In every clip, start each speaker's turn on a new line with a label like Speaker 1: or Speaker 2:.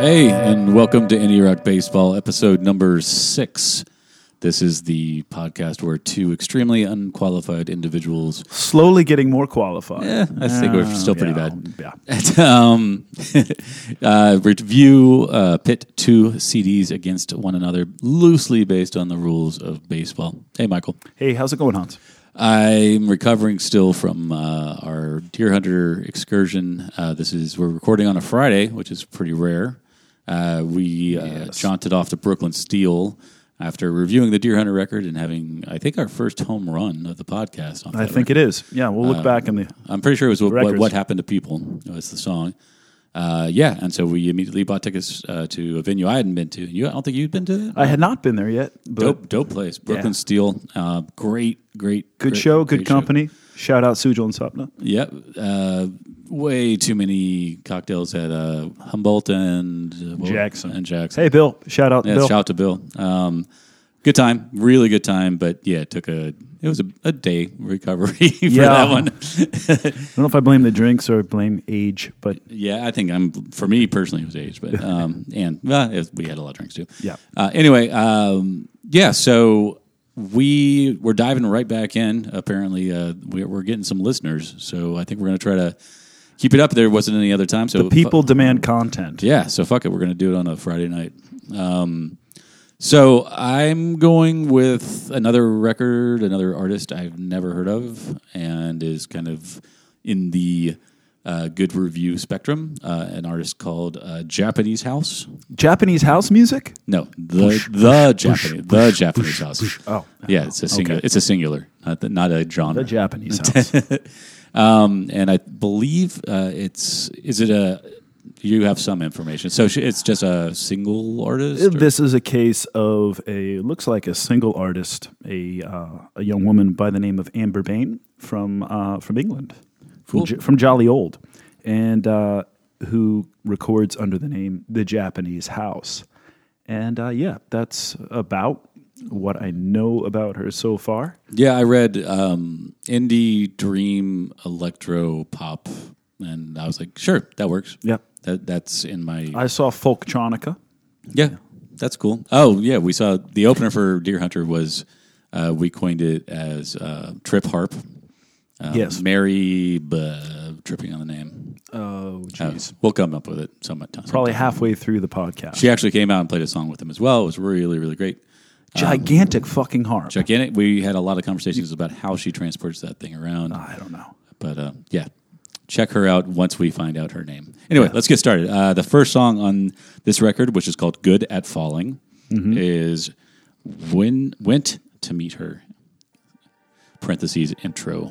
Speaker 1: Hey, and welcome to Indie Rock Baseball, episode number six. This is the podcast where two extremely unqualified individuals.
Speaker 2: Slowly getting more qualified.
Speaker 1: Eh, I think we're still pretty
Speaker 2: Yeah,
Speaker 1: bad.
Speaker 2: Yeah.
Speaker 1: um, uh, review uh, pit two CDs against one another, loosely based on the rules of baseball. Hey, Michael.
Speaker 2: Hey, how's it going, Hans?
Speaker 1: I'm recovering still from uh, our deer hunter excursion. Uh, this is we're recording on a Friday, which is pretty rare. Uh, we uh, jaunted off to Brooklyn Steel after reviewing the deer hunter record and having, I think, our first home run of the podcast. On
Speaker 2: I think it is. Yeah, we'll
Speaker 1: Uh,
Speaker 2: look back in the.
Speaker 1: I'm pretty sure it was what, what,
Speaker 2: Records.
Speaker 1: what happened to people. was the song. Uh, yeah, and so we immediately bought tickets uh, to a venue I hadn't been to. You, I don't think you'd been to it.
Speaker 2: I had not been there yet, but
Speaker 1: Dope, dope place, Brooklyn
Speaker 2: Yeah.
Speaker 1: Steel. Uh, great, great,
Speaker 2: good
Speaker 1: great-
Speaker 2: show, good
Speaker 1: great
Speaker 2: company. Shout out Sujal and Sapna.
Speaker 1: Yep. Uh, way too many cocktails at uh, Humboldt and uh, what-
Speaker 2: Jackson.
Speaker 1: and Jackson.
Speaker 2: Hey, Bill. Shout out
Speaker 1: yeah,
Speaker 2: Bill.
Speaker 1: shout out to Bill. Um, good time, really good time. But yeah, it took a it was a, a day recovery for
Speaker 2: Yeah.
Speaker 1: that one.
Speaker 2: I don't know if I blame the drinks or blame age, but
Speaker 1: yeah, I think I'm for me personally it was age, but um, and well, it, we had a lot of drinks too.
Speaker 2: Yeah.
Speaker 1: Uh, anyway, um, yeah. So we we're diving right back in. Apparently, uh, we're, we're getting some listeners, so I think we're going to try to keep it up. There wasn't any other time, so fu-
Speaker 2: people demand content.
Speaker 1: yeah, so fuck it. We're going to do it on a Friday night. Um, so I'm going with another record, another artist I've never heard of, and is kind of in the uh, good review spectrum. Uh, an artist called uh, Japanese House.
Speaker 2: Japanese house music?
Speaker 1: No, the the Japanese the Japanese House.
Speaker 2: Oh.
Speaker 1: yeah, it's a singular. It's a singular, not, the, not a genre.
Speaker 2: The Japanese house.
Speaker 1: Um, and I believe uh, it's is it a you have some information. So sh- it's just a single artist. or-
Speaker 2: this is a case of a looks like a single artist, a uh, a young woman by the name of Amber Bain from uh, from England, from,
Speaker 1: Cool.
Speaker 2: J- from Jolly Old, and uh, who records under the name the Japanese House, and uh, yeah, that's about what I know about her so far.
Speaker 1: Yeah, I read um, indie dream electro pop, and I was like, sure, that works.
Speaker 2: Yeah.
Speaker 1: that that's in my
Speaker 2: I saw Folktronica.
Speaker 1: yeah. That's cool. Oh yeah, we saw the opener for Deer Hunter was uh, we coined it as uh, Trip Harp. Um,
Speaker 2: Yes.
Speaker 1: Mary, uh, tripping on the name.
Speaker 2: Oh,
Speaker 1: Uh,
Speaker 2: jeez.
Speaker 1: we'll come up with it some time.
Speaker 2: Probably halfway through the podcast.
Speaker 1: She actually came out and played a song with him as well. It was really, really great.
Speaker 2: Gigantic fucking harp.
Speaker 1: Gigantic. We had a lot of conversations about how she transports that thing around.
Speaker 2: I don't know.
Speaker 1: But uh, yeah, check her out once we find out her name. Anyway, let's get started. Uh, the first song on this record, which is called "Good at Falling," is "When Went to Meet Her." Parentheses intro.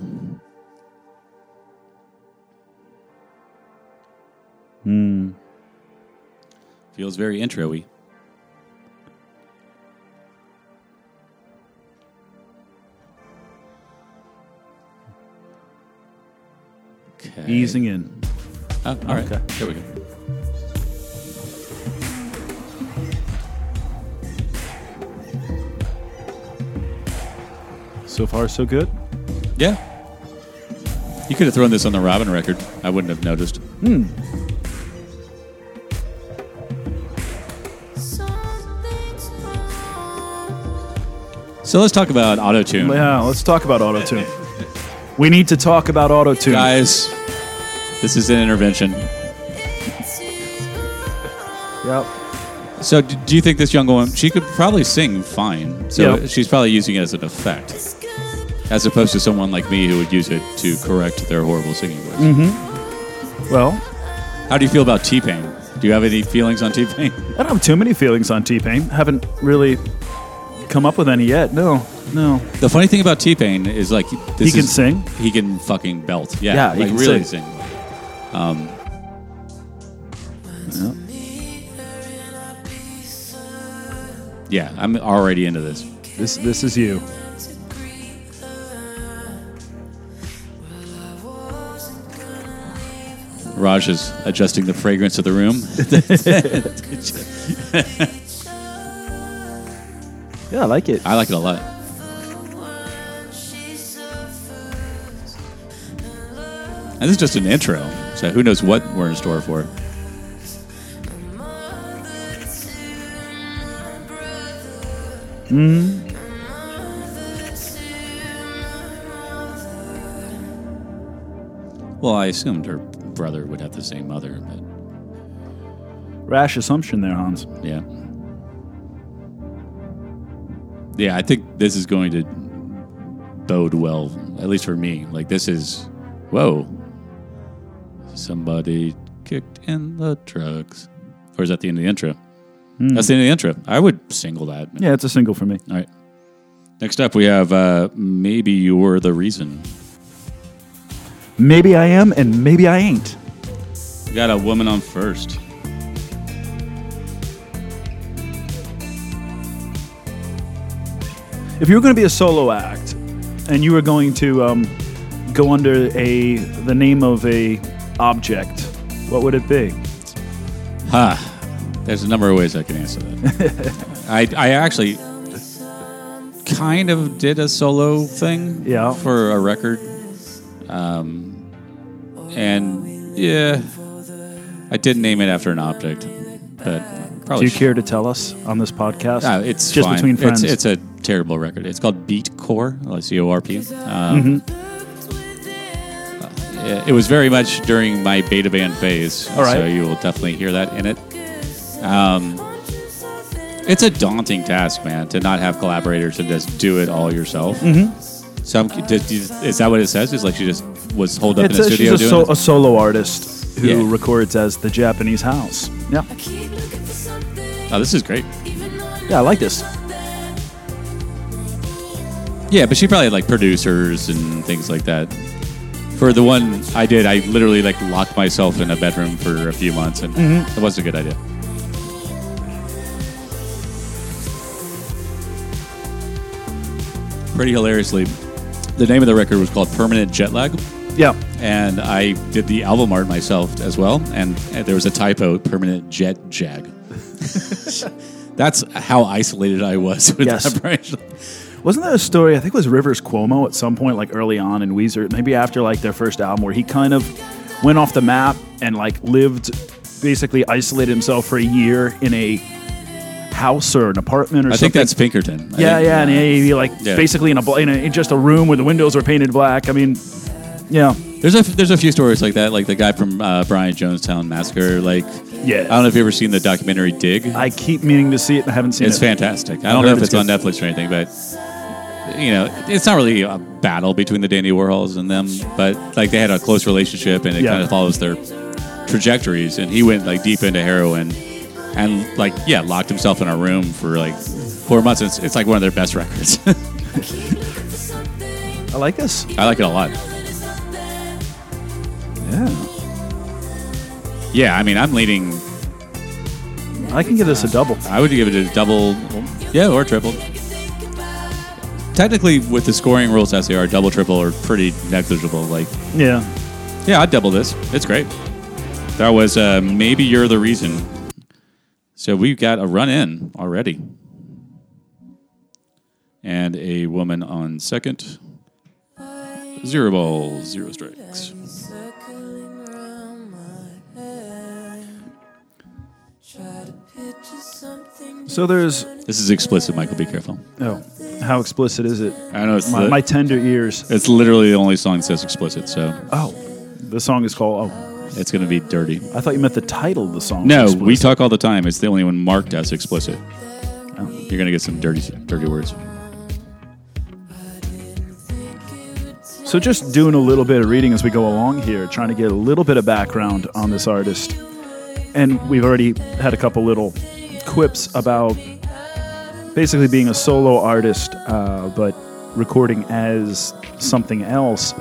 Speaker 1: Feels very intro-y. Okay.
Speaker 2: Easing in.
Speaker 1: Oh, all right.
Speaker 2: Okay.
Speaker 1: There we go.
Speaker 2: So far, so good.
Speaker 1: Yeah. You could have thrown this on the Robin record. I wouldn't have noticed.
Speaker 3: Something's wrong.
Speaker 1: So let's talk about auto tune,
Speaker 2: Yeah, let's talk about auto tune. We need to talk about auto tune.
Speaker 1: guys. This is an intervention.
Speaker 2: Yep.
Speaker 1: So, d- do you think this young woman? She could probably sing fine. So
Speaker 2: Yeah.
Speaker 1: she's probably using it as an effect, as opposed to someone like me who would use it to correct their horrible singing voice.
Speaker 2: Mm-hmm. Well,
Speaker 1: How do you feel about T Pain? Do you have any feelings on T Pain?
Speaker 2: I don't have too many feelings on T Pain. Haven't really come up with any yet. No, no.
Speaker 1: The funny thing about T Pain is like this
Speaker 2: He can
Speaker 1: is-
Speaker 2: sing?
Speaker 1: He can fucking belt. Yeah,
Speaker 2: Yeah,
Speaker 1: like
Speaker 2: he can
Speaker 1: really sing.
Speaker 2: sing.
Speaker 1: Um, yeah. Yeah, I'm already into this.
Speaker 2: This this is you.
Speaker 1: Raj is adjusting the fragrance of the room.
Speaker 2: Yeah, I like it.
Speaker 1: I like it a lot. And this is just an intro, so who knows what we're in store for. Well, I assumed her brother would have the same mother, but
Speaker 2: Rash assumption there, Hans.
Speaker 1: yeah. Yeah, I think this is going to bode well, at least for me. Like, this is, whoa, somebody kicked in the drugs. Or is that the end of the intro? That's the end of the intro. I would single that.
Speaker 2: Yeah, it's a single for me.
Speaker 1: All right. Next up, we have uh, Maybe You're the Reason.
Speaker 2: Maybe I am, and maybe I ain't.
Speaker 1: We got a woman on first.
Speaker 2: If you were going to be a solo act, and you were going to um, go under a the name of a object, what would it be?
Speaker 1: Ha. There's a number of ways I can answer that. I, I actually kind of did a solo thing
Speaker 2: Yeah.
Speaker 1: for a record. Um, and yeah, I did name it after an object, but
Speaker 2: Do
Speaker 1: probably
Speaker 2: you
Speaker 1: sh-
Speaker 2: care to tell us on this podcast?
Speaker 1: Oh, No, it's
Speaker 2: just
Speaker 1: fine.
Speaker 2: between friends.
Speaker 1: It's, it's a terrible record. It's called Beat Core, L I C O R P. Um,
Speaker 2: Mm-hmm.
Speaker 1: uh, it- It was very much during my beta band phase,
Speaker 2: All right.
Speaker 1: so you will definitely hear that in it. Um, it's a daunting task, man, to not have collaborators and just do it all yourself.
Speaker 2: Mm-hmm.
Speaker 1: So, I'm, did, is that what it says? It's like she just was holed up
Speaker 2: It's
Speaker 1: in
Speaker 2: a,
Speaker 1: the
Speaker 2: she's
Speaker 1: studio
Speaker 2: a,
Speaker 1: doing
Speaker 2: so,
Speaker 1: it?
Speaker 2: a solo artist who
Speaker 1: Yeah.
Speaker 2: records as the Japanese house. Yeah,
Speaker 1: Oh, this is great.
Speaker 2: yeah, I like this.
Speaker 1: Yeah, but she probably had like producers and things like that. For the one I did, I literally like locked myself in a bedroom for a few months, and it was a good idea. Pretty hilariously, the name of the record was called Permanent Jet Lag,
Speaker 2: Yeah,
Speaker 1: and I did the album art myself as well. And uh, there was a typo, Permanent Jet Jag. That's how isolated I was with
Speaker 2: Yes.
Speaker 1: that branch.
Speaker 2: Wasn't there a story? I think it was Rivers Cuomo at some point, like early on in Weezer, maybe after like their first album, where he kind of went off the map and like lived, basically isolated himself for a year in a house or an apartment or
Speaker 1: I
Speaker 2: something.
Speaker 1: think that's Pinkerton. I
Speaker 2: yeah,
Speaker 1: think-
Speaker 2: yeah, and he like
Speaker 1: Yeah.
Speaker 2: basically in a bl- in, a, in just a room where the windows were painted black. I mean, yeah,
Speaker 1: There's a there's a few stories like that, like the guy from uh, Brian Jonestown Massacre. Like,
Speaker 2: Yeah.
Speaker 1: I don't know if you've ever seen the documentary Dig.
Speaker 2: I keep meaning to see it and I haven't seen
Speaker 1: it's
Speaker 2: it.
Speaker 1: fantastic. I don't
Speaker 2: heard
Speaker 1: know if it's
Speaker 2: it's
Speaker 1: on Netflix or anything, but you know, it's not really a battle between the Dandy Warhols and them, but like they had a close relationship, and it
Speaker 2: Yeah.
Speaker 1: kind of follows their trajectories. And he went like deep into heroin, and like yeah, locked himself in a room for like four months. It's, it's like one of their best records.
Speaker 2: I like this.
Speaker 1: I like it a lot.
Speaker 2: Yeah,
Speaker 1: Yeah, I mean, I'm leaning
Speaker 2: I can give this a double.
Speaker 1: I would give it a double, yeah, or triple. Technically, with the scoring rules as they are, double, triple are pretty negligible. Like,
Speaker 2: Yeah,
Speaker 1: yeah, I'd double this. It's great. That was uh, maybe you're the reason. So we've got a run in already, and a woman on second. Zero balls, zero strikes.
Speaker 2: so there's
Speaker 1: This is explicit, Michael. Be careful.
Speaker 2: oh, how explicit is it?
Speaker 1: I know it's
Speaker 2: My,
Speaker 1: the-
Speaker 2: my tender ears.
Speaker 1: it's literally the only song that says explicit, so
Speaker 2: Oh, the song is called. Oh,
Speaker 1: it's going to be dirty.
Speaker 2: I thought you meant the title of the song.
Speaker 1: No,
Speaker 2: was
Speaker 1: we
Speaker 2: explicit.
Speaker 1: talk all the time. It's the only one marked as explicit. You're gonna get some dirty, dirty words.
Speaker 2: So just doing a little bit of reading as we go along here, trying to get a little bit of background on this artist, and we've already had a couple little quips about basically being a solo artist, uh, but recording as something else.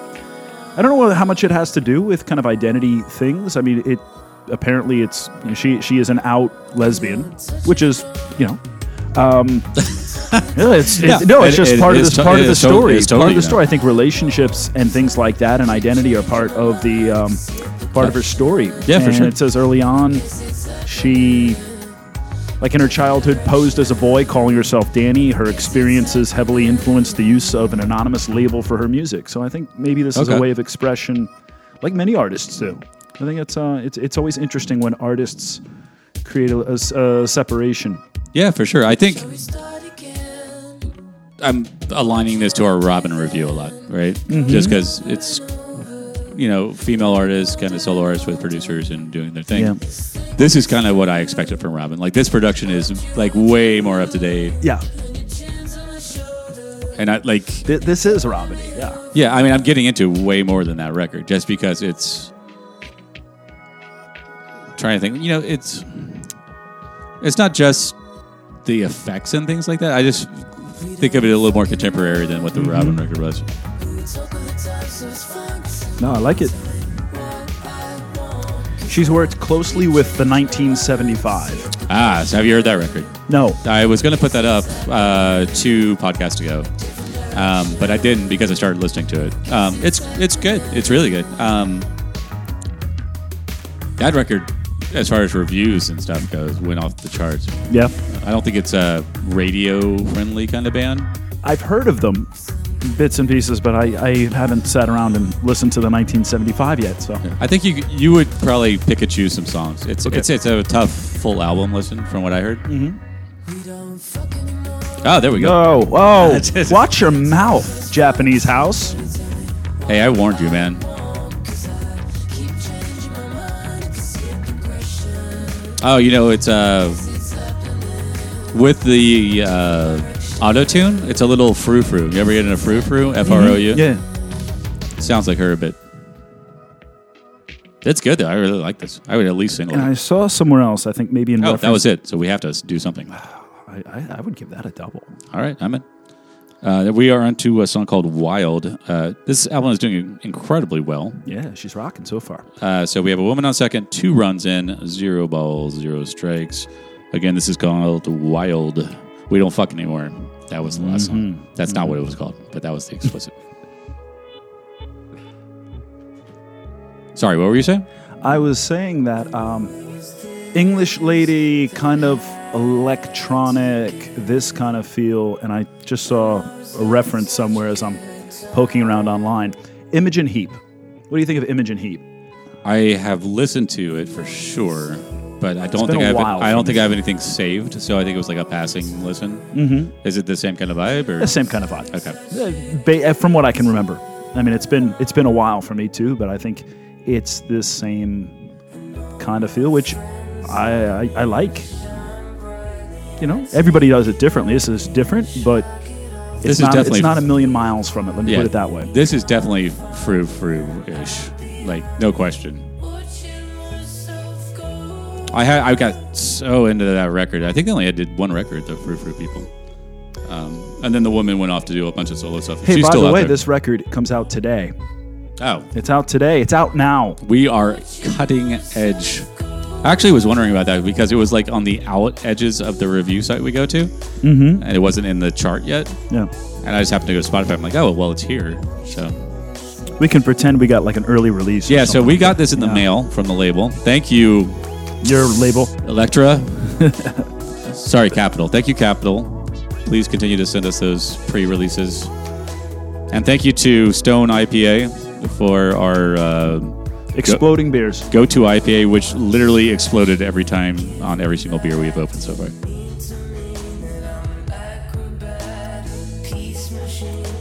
Speaker 2: I don't know how much it has to do with kind of identity things. I mean, it apparently it's you know, she she is an out lesbian, which is you know. Um, yeah, it's, it's-
Speaker 1: Yeah.
Speaker 2: no, it's
Speaker 1: It-
Speaker 2: just
Speaker 1: it
Speaker 2: part of
Speaker 1: is
Speaker 2: this
Speaker 1: to-
Speaker 2: part
Speaker 1: it
Speaker 2: of the
Speaker 1: is totally-
Speaker 2: story.
Speaker 1: it
Speaker 2: It's
Speaker 1: is
Speaker 2: part of
Speaker 1: totally
Speaker 2: the
Speaker 1: now.
Speaker 2: story. I think relationships and things like that and identity are part of the um, part of her story.
Speaker 1: Yeah, for
Speaker 2: And
Speaker 1: sure.
Speaker 2: It says early on, she like in her childhood, posed as a boy, calling herself Danny. Her experiences heavily influenced the use of an anonymous label for her music. So I think maybe this is a
Speaker 1: Okay.
Speaker 2: way of expression, like many artists do. I think it's uh, it's it's always interesting when artists create a, a s- a separation.
Speaker 1: Yeah, for sure. I think I'm aligning this to our Robin review a lot, right? Just because it's you know female artists, kind of solo artists with producers and doing their thing.
Speaker 2: Yeah.
Speaker 1: This is kind of what I expected from Robin. Like this production is like way more up to date,
Speaker 2: Yeah.
Speaker 1: and I like
Speaker 2: Th- this is Robin. E. Yeah.
Speaker 1: yeah. I mean, I'm getting into way more than that record just because it's trying to think. You know, it's it's not just the effects and things like that. I just think of it a little more contemporary than what the Robin record was.
Speaker 2: No, I like it. She's worked closely with the 1975.
Speaker 1: Ah, so have you heard that record?
Speaker 2: No.
Speaker 1: I was going to put that up uh, two podcasts ago, um, but I didn't because I started listening to it. Um, it's it's good. It's really good. Um, that record, as far as reviews and stuff goes, went off the charts.
Speaker 2: Yeah.
Speaker 1: I don't think it's a radio friendly kind of band.
Speaker 2: I've heard of them, bits and pieces, but I, I haven't sat around and listened to the 1975 yet. So
Speaker 1: I think you you would probably pick and choose some songs. It's it's it's a tough full album listen from what I heard. Mm-hmm. Oh, there we go.
Speaker 2: Whoa, whoa. Oh, Watch your mouth, Japanese house.
Speaker 1: Hey, I warned you, man. Oh, you know it's uh with the uh, auto tune. It's a little frou frou. You ever get in a frou frou? F R O U.
Speaker 2: Mm-hmm. Yeah.
Speaker 1: Sounds like her a bit. That's good though. I really like this. I would at least single.
Speaker 2: And I
Speaker 1: it.
Speaker 2: saw somewhere else, I think maybe in
Speaker 1: Oh,
Speaker 2: reference.
Speaker 1: that was it. So we have to s- do something.
Speaker 2: I, I, I would give that a double.
Speaker 1: All right, I'm in. Uh, we are onto a song called Wild. Uh, this album is doing incredibly well.
Speaker 2: Yeah, she's rocking so far.
Speaker 1: Uh, so we have a woman on second, two runs in, zero balls, zero strikes. Again, this is called Wild. We don't fuck anymore. That was the last
Speaker 2: Mm-hmm.
Speaker 1: song. That's not what it was called, but that was the explicit. Sorry, what were you saying?
Speaker 2: I was saying that um, English lady, kind of electronic, this kind of feel, and I just saw a reference somewhere as I'm poking around online. Imogen Heap. What do you think of Imogen Heap?
Speaker 1: I have listened to it for sure, but I don't
Speaker 2: been
Speaker 1: think
Speaker 2: a
Speaker 1: I have,
Speaker 2: while
Speaker 1: I don't
Speaker 2: since-
Speaker 1: think I have anything saved. So I think it was like a passing listen. Mm-hmm. Is it the same kind of vibe? Or?
Speaker 2: The same kind of vibe.
Speaker 1: Okay.
Speaker 2: Ba- uh, from what I can remember. I mean, it's been it's been a while for me too, but I think it's this same kind of feel, which I I, I like. You know, everybody does it differently. This is different, but it's
Speaker 1: This is
Speaker 2: not
Speaker 1: definitely-
Speaker 2: it's not a million miles from it. Let me put it that way.
Speaker 1: This is definitely frou frou ish, like no question. I had I got so into that record. I think they only had did one record, the Frou Frou people, um, and then the woman went off to do a bunch of solo stuff.
Speaker 2: Hey,
Speaker 1: She's
Speaker 2: by
Speaker 1: still
Speaker 2: the
Speaker 1: out
Speaker 2: way,
Speaker 1: there.
Speaker 2: this record comes out today.
Speaker 1: oh,
Speaker 2: It's out today. It's out now.
Speaker 1: we are cutting edge. I actually was wondering about that because it was like on the out edges of the review site we go to, mm-hmm. and it wasn't in the chart yet.
Speaker 2: Yeah,
Speaker 1: And I just happened to go to Spotify. I'm like, oh well, it's here. So
Speaker 2: we can pretend we got like an early release. or
Speaker 1: yeah, so
Speaker 2: something.
Speaker 1: we got this in the
Speaker 2: Yeah.
Speaker 1: mail from the label. Thank you,
Speaker 2: your label.
Speaker 1: Electra. Sorry, Capital. Thank you, Capital. Please continue to send us those pre releases. And thank you to Stone IPA for our uh,
Speaker 2: Exploding beers.
Speaker 1: go to IPA, which literally exploded every time on every single beer we've opened so far.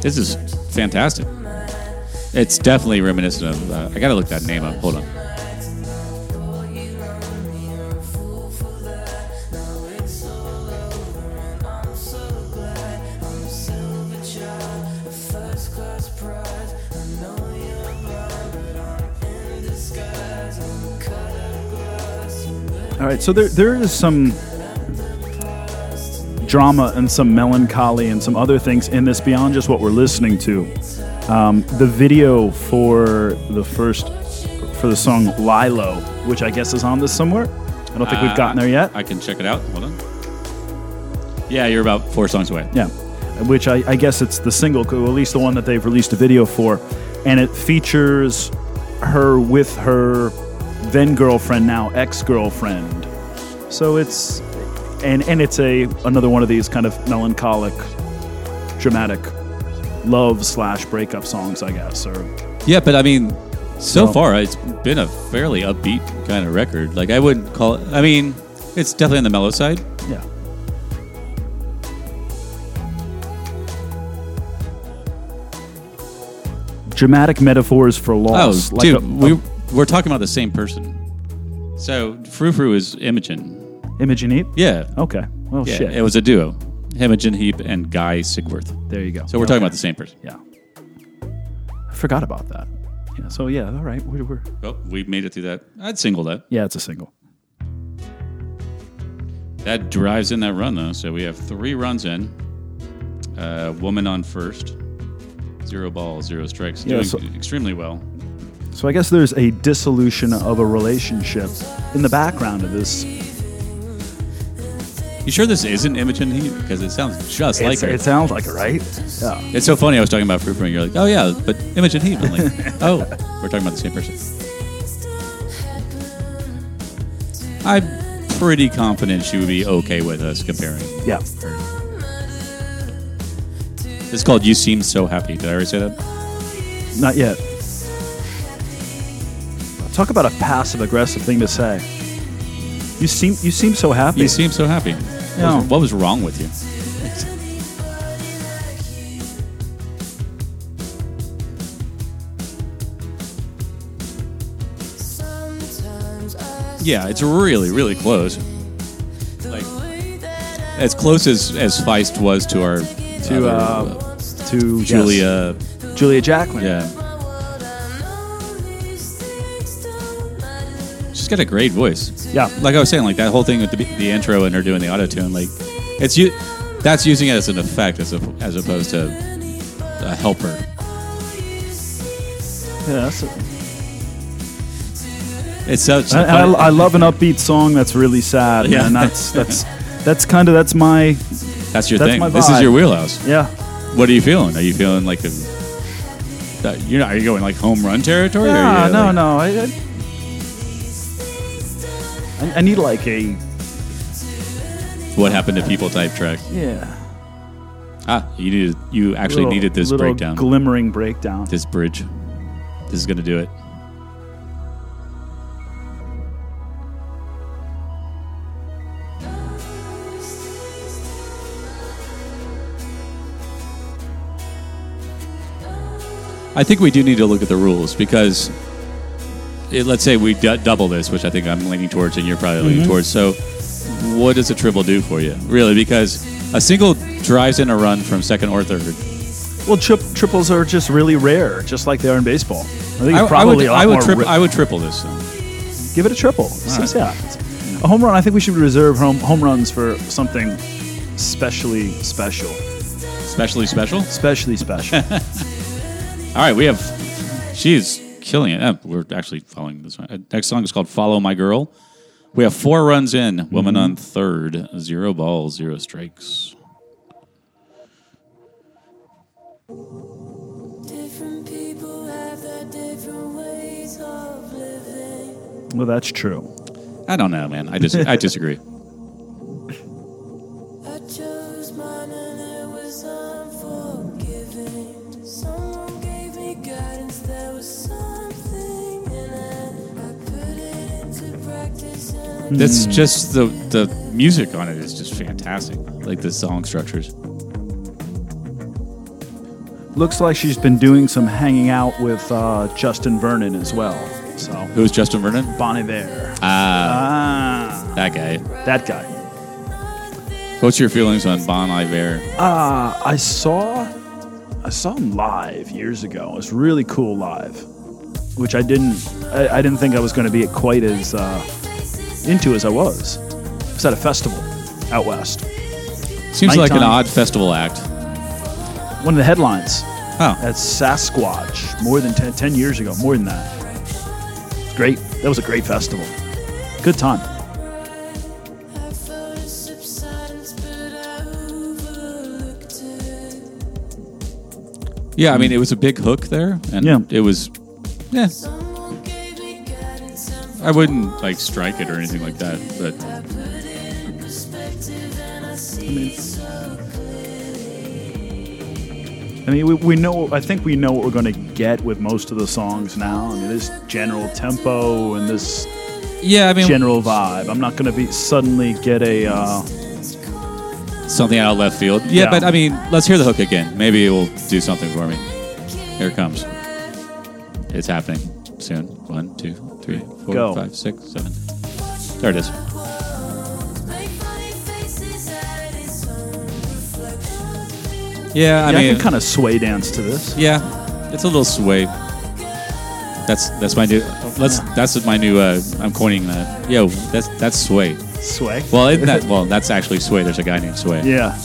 Speaker 1: This is fantastic. It's definitely reminiscent of. Uh, I gotta look that name up. Hold on.
Speaker 2: All right, so there there is some drama and some melancholy and some other things in this beyond just what we're listening to. Um, the video for the first for the song Lilo, which I guess is on this somewhere. I don't think
Speaker 1: Uh,
Speaker 2: we've gotten there yet.
Speaker 1: I can check it out. Hold on. Yeah, you're about four songs away.
Speaker 2: yeah, which I, I guess it's the single, or at least the one that they've released a video for, and it features her with her then girlfriend, now ex girlfriend. So it's and and it's a another one of these kind of melancholic, dramatic love slash breakup songs, I guess, or
Speaker 1: Yeah, but I mean, so
Speaker 2: Well-
Speaker 1: far it's been a fairly upbeat kind of record. Like I wouldn't call it. I mean, it's definitely on the mellow side.
Speaker 2: yeah. dramatic metaphors for loss.
Speaker 1: Oh,
Speaker 2: like
Speaker 1: dude,
Speaker 2: a-
Speaker 1: we we're talking about the same person. So Frou Frou is Imogen.
Speaker 2: Imogen Heap?
Speaker 1: Yeah,
Speaker 2: Okay. Well,
Speaker 1: yeah.
Speaker 2: shit.
Speaker 1: It was a duo, Imogen Heap and Guy Sigworth.
Speaker 2: there you go.
Speaker 1: So we're talking about the same person.
Speaker 2: Yeah. I forgot about that. Yeah. So yeah. All right. We're, we're
Speaker 1: Well, we Oh, made it through that. I'd single that.
Speaker 2: yeah. It's a single.
Speaker 1: That drives in that run though. So we have three runs in. Uh, woman on first. Zero balls, zero strikes.
Speaker 2: Yeah,
Speaker 1: Doing
Speaker 2: so-
Speaker 1: extremely well.
Speaker 2: So I guess there's a dissolution of a relationship in the background of this.
Speaker 1: You sure this isn't Imogen Heap? Because it sounds just like
Speaker 2: It's-
Speaker 1: her.
Speaker 2: it
Speaker 1: It's,
Speaker 2: sounds like it, right? Yeah.
Speaker 1: so funny. I was talking about Frou Frou, and you're like, oh yeah, but Imogen Heap. I'm like, oh, we're talking about the same person. I'm pretty confident she would be okay with us comparing.
Speaker 2: Yeah.
Speaker 1: It's called "You Seem So Happy." Did I already say that?
Speaker 2: Not yet. Talk about a passive aggressive thing to say. You seem you seem so happy.
Speaker 1: You seem so happy.
Speaker 2: No.
Speaker 1: What was- What was wrong with you? Yeah, it's really, really close. Like as close as as Feist was to our
Speaker 2: to
Speaker 1: other,
Speaker 2: uh, to yes.
Speaker 1: Julia.
Speaker 2: Julia Jacqueline.
Speaker 1: Yeah, she's got a great voice.
Speaker 2: Yeah.
Speaker 1: Like I was saying, like that whole thing with the, the intro and her doing the auto tune, like it's you. That's using it as an effect as a, as opposed to a helper.
Speaker 2: Yeah, that's-
Speaker 1: It's such.
Speaker 2: I, I, I love an upbeat song that's really sad.
Speaker 1: Yeah.
Speaker 2: Yeah. And that's that's that's kind of that's my
Speaker 1: that's your
Speaker 2: that's
Speaker 1: thing.
Speaker 2: my
Speaker 1: This is
Speaker 2: vibe.
Speaker 1: your wheelhouse.
Speaker 2: yeah.
Speaker 1: What are you feeling? Are you feeling like a? that- You're not, are you going like home run territory? or
Speaker 2: Yeah,
Speaker 1: are you,
Speaker 2: no,
Speaker 1: like-
Speaker 2: no. I, I, I- I need like a
Speaker 1: What happened to people type track?
Speaker 2: yeah.
Speaker 1: Ah, you needed. You actually
Speaker 2: little-
Speaker 1: needed this
Speaker 2: little
Speaker 1: breakdown.
Speaker 2: glimmering breakdown.
Speaker 1: this bridge. This is gonna do it. I think we do need to look at the rules because it, let's say we d- double this, which I think I'm leaning towards and you're probably
Speaker 2: Mm-hmm.
Speaker 1: leaning towards. So, what does a triple do for you, really? Because a single drives in a run from second or third.
Speaker 2: Well, tri- triples are just really rare, just like they are in baseball. I think
Speaker 1: I,
Speaker 2: it's probably
Speaker 1: I would,
Speaker 2: a lot
Speaker 1: I would,
Speaker 2: more
Speaker 1: trip,
Speaker 2: ri-
Speaker 1: I would triple this. Then.
Speaker 2: give it a triple.
Speaker 1: right.
Speaker 2: So, yeah. It's- A home run. I think we should reserve home home runs for something specially special,
Speaker 1: Specially special. All
Speaker 2: specially special.
Speaker 1: right, we have. She's killing it. Uh, we're actually following this one. Uh, Next song is called "Follow My Girl." We have four runs in. Woman on third, zero balls, zero strikes.
Speaker 3: Different people have their different ways of living.
Speaker 2: well, that's true.
Speaker 1: I don't know, man. I dis- I disagree.
Speaker 3: I chose mine and it was unforgiving. Someone gave me guidance, there was something in it. I put it into practice and
Speaker 1: That's just the the music on it is just fantastic. Like the song structures.
Speaker 2: Looks like she's been doing some hanging out with uh, Justin Vernon as well. So
Speaker 1: Who's Justin Vernon?
Speaker 2: Bon Iver.
Speaker 1: Ah,
Speaker 2: Ah,
Speaker 1: that guy.
Speaker 2: that guy.
Speaker 1: What's your feelings on Bon Iver?
Speaker 2: Uh, I saw, I saw him live years ago. It was really cool live, which I didn't, I, I didn't think I was going to be quite as uh, into as I was. It was at a festival out west.
Speaker 1: Seems like an
Speaker 2: Nighttime.
Speaker 1: odd festival act.
Speaker 2: One of the headlines
Speaker 1: Oh,
Speaker 2: at Sasquatch more than 10, 10 years ago, more than that. It's great. That was a great festival. Good time.
Speaker 3: I felt a subsidence, but I overlooked it.
Speaker 1: yeah. I mean, it was a big hook there, and
Speaker 2: Yeah.
Speaker 1: it was. Yeah,
Speaker 3: Someone gave me guidance and
Speaker 1: I wouldn't like strike it or anything like that, but
Speaker 3: I put it in perspective and I see it so
Speaker 2: I mean, we, we know. I think we know what we're going to get with most of the songs now. I mean, this general tempo and this
Speaker 1: yeah, I mean
Speaker 2: general vibe. I'm not going to be suddenly get a. Uh,
Speaker 1: something out of left field. Yeah,
Speaker 2: Yeah.
Speaker 1: but I mean, let's hear the hook again. Maybe it will do something for me. Here it comes.
Speaker 3: clear.
Speaker 1: It's happening soon. One, two, three, four,
Speaker 2: Go.
Speaker 1: five, six, seven. There it is. Yeah, I
Speaker 2: yeah, I
Speaker 1: mean,
Speaker 2: can kind of sway dance to this.
Speaker 1: yeah, it's a little sway. That's that's my new. Let's. That's my new. Uh, I'm coining that. Yo, that's that's sway.
Speaker 2: Sway.
Speaker 1: Well, isn't that well? That's actually sway. There's a guy named Sway.
Speaker 2: yeah.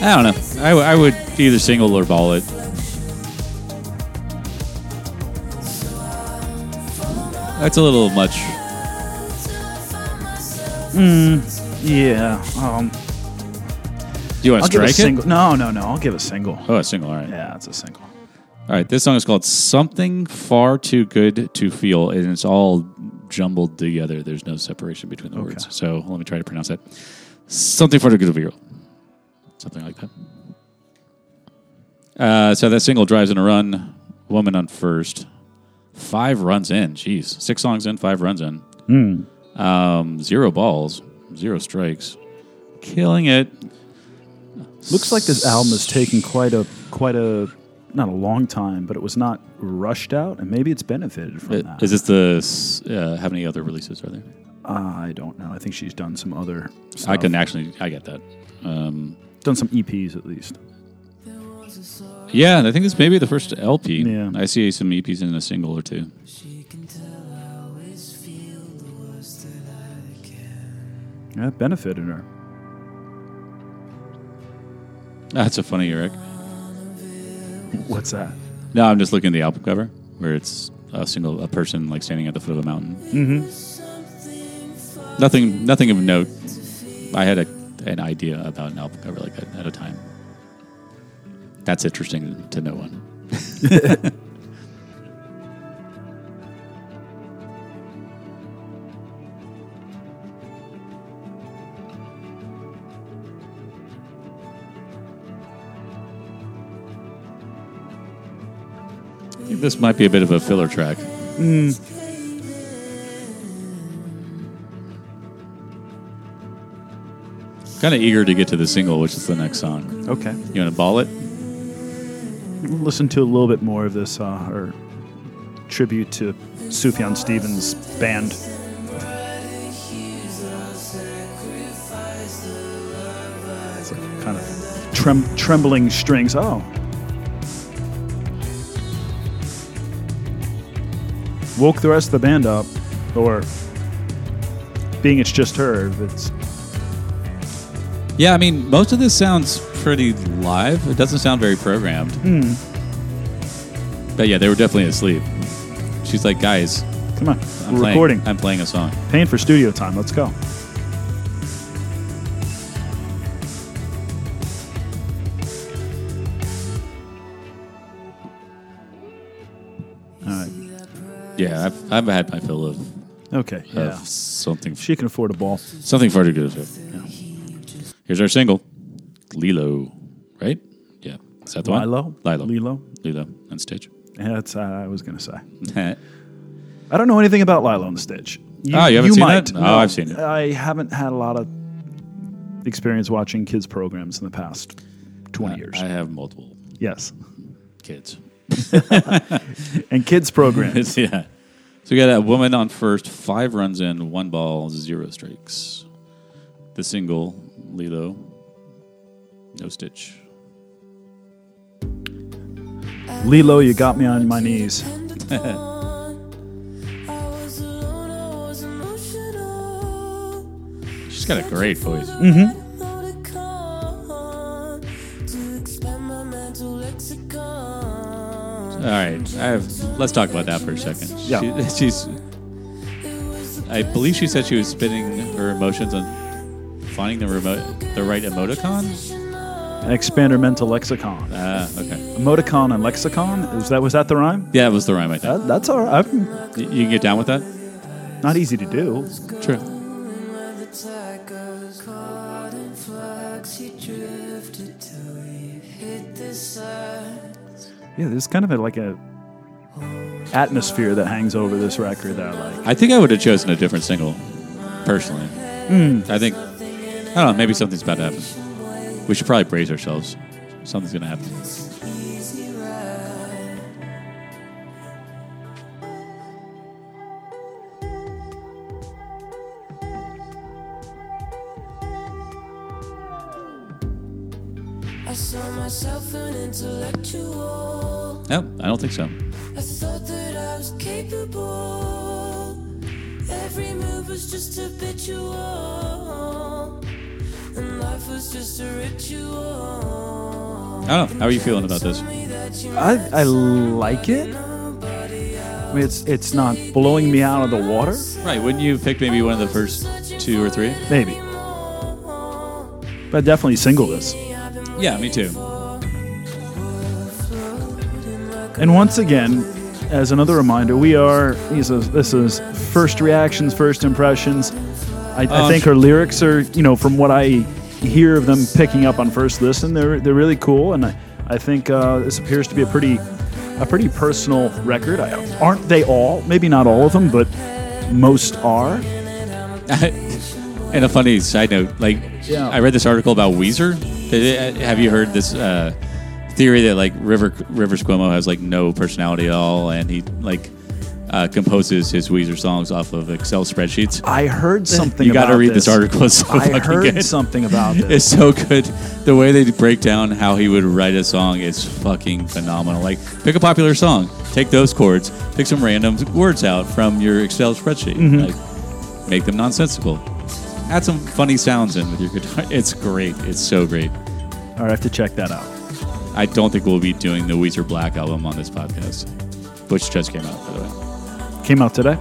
Speaker 1: I don't know. I, w- I would either single or ball it. That's a little much. Hmm.
Speaker 2: Yeah. Um,
Speaker 1: Do you want to
Speaker 2: I'll give a
Speaker 1: strike it?
Speaker 2: single. No, no, no. I'll give a single.
Speaker 1: Oh, a single. All right.
Speaker 2: Yeah, it's a single.
Speaker 1: All right. This song is called "Something Far Too Good to Feel," and it's all jumbled together. There's no separation between the words. So let me try to pronounce that. Something far too good to feel. Something like that. Uh, so that single drives in a run. Woman on first. Five runs in. Jeez, six songs in, five runs in. Um, zero balls, zero strikes. Killing it.
Speaker 2: Looks like this album is taking quite a quite a not a long time, but it was not rushed out, and maybe it's benefited from that.
Speaker 1: Uh, Is this the? s- Uh, how many other releases are there?
Speaker 2: I don't know. I think she's done some other. Stuff.
Speaker 1: I can actually, I get that.
Speaker 2: done some EPs at least.
Speaker 1: Yeah, and I think this may be the first LP.
Speaker 2: Yeah.
Speaker 1: I see some EPs in a single or two.
Speaker 2: Yeah, it benefited her.
Speaker 1: That's a funny Eric.
Speaker 2: What's that?
Speaker 1: No, I'm just looking at the album cover where it's a single, a person like standing at the foot of a mountain. Mm-hmm. Nothing, nothing of note. I had a, an idea about an album cover like that at a time. That's interesting to no one. I think this might be a bit of a filler track. Kind of eager to get to the single, which is the next song.
Speaker 2: Okay,
Speaker 1: You want to ball it?
Speaker 2: listen to a little bit more of this. Uh, her tribute to Sufjan Stevens' band. It's like kind of trem- trembling strings. Oh. Woke the rest of the band up, or being it's just her, it's
Speaker 1: Yeah, I mean, most of this sounds pretty live. It doesn't sound very programmed. But yeah, they were definitely asleep. She's like, guys,
Speaker 2: come on,
Speaker 1: I'm
Speaker 2: we're
Speaker 1: playing,
Speaker 2: recording.
Speaker 1: I'm playing a song.
Speaker 2: paying for studio time. Let's go. All right.
Speaker 1: Yeah, I've, I've had my fill of,
Speaker 2: Okay.
Speaker 1: of
Speaker 2: Yeah.
Speaker 1: something
Speaker 2: She can afford a ball.
Speaker 1: something far too good. to fail. Here's our single, Lilo, right? Yeah, is that the
Speaker 2: Lilo.
Speaker 1: one? Lilo,
Speaker 2: Lilo.
Speaker 1: Lilo, and Stitch.
Speaker 2: Yeah, that's uh, I was gonna say.
Speaker 1: oh,
Speaker 2: I don't know anything about Lilo and Stitch. You,
Speaker 1: Ah, you haven't seen
Speaker 2: might.
Speaker 1: that? Oh, I've seen it.
Speaker 2: I haven't had a lot of experience watching kids programs in the past twenty years.
Speaker 1: Uh, I have multiple
Speaker 2: yes,
Speaker 1: kids.
Speaker 2: and kids
Speaker 1: It's-
Speaker 2: programs.
Speaker 1: yeah. So we got a woman on first, five runs in, one ball, zero strikes. The single, Lilo, no stitch.
Speaker 2: Lilo, you got me on my knees. Mm-hmm.
Speaker 1: She's got a great voice. All right, I have, let's talk about that for a second.
Speaker 2: Yeah.
Speaker 1: She- she's. I believe she said she was spinning her emotions on finding the remote, the right emoticon.
Speaker 2: And expand her mental lexicon.
Speaker 1: Ah, okay.
Speaker 2: Emoticon and lexicon. Is that was that the rhyme?
Speaker 1: Yeah, that was the rhyme. I think
Speaker 2: That, that's all right. I'm-
Speaker 1: Y- you can get down with that.
Speaker 2: not easy to do.
Speaker 1: True.
Speaker 2: Yeah, there's kind of a, like a atmosphere that hangs over this record that I like.
Speaker 1: I think I would have chosen a different single, personally. I think, I don't know, maybe something's about to happen. We should probably brace ourselves. Something's going to happen.
Speaker 3: I saw myself an intellectual.
Speaker 1: No, I don't think so.
Speaker 3: I thought that I was capable. Every move was just habitual. And life was just a ritual.
Speaker 1: I don't know. How are you feeling about this?
Speaker 2: I, I like it. I mean, it's it's not blowing me out of the water.
Speaker 1: Right? Wouldn't you pick maybe one of the first two or three?
Speaker 2: Maybe. But definitely single this.
Speaker 1: Yeah, me too.
Speaker 2: And once again, as another reminder, we are this is, this is first reactions, first impressions. I, I
Speaker 1: Um,
Speaker 2: think her lyrics are, you know, from what I hear of them picking up on first listen, they're they're really cool, and I, I think uh, this appears to be a pretty a pretty personal record. I, aren't they all? Maybe not all of them, but most are.
Speaker 1: and a funny side note, like
Speaker 2: Yeah.
Speaker 1: I read this article about Weezer. Did it- have you heard this uh, theory that like River Rivers Cuomo has like no personality at all, and he like uh, composes his Weezer songs off of Excel spreadsheets?
Speaker 2: I heard something.
Speaker 1: Eh, You
Speaker 2: got
Speaker 1: gotta
Speaker 2: to
Speaker 1: read this article. It's so
Speaker 2: I
Speaker 1: fucking
Speaker 2: heard
Speaker 1: good.
Speaker 2: something about this.
Speaker 1: It's so good. The way they break down how he would write a song is fucking phenomenal. Like, pick a popular song, take those chords, pick some random words out from your Excel spreadsheet, like, make them nonsensical. Add some funny sounds in with your guitar. It's great. It's so great.
Speaker 2: all right, I have to check that out.
Speaker 1: I don't think we'll be doing the Weezer Black album on this podcast, which just came out, by the way.
Speaker 2: Came out today.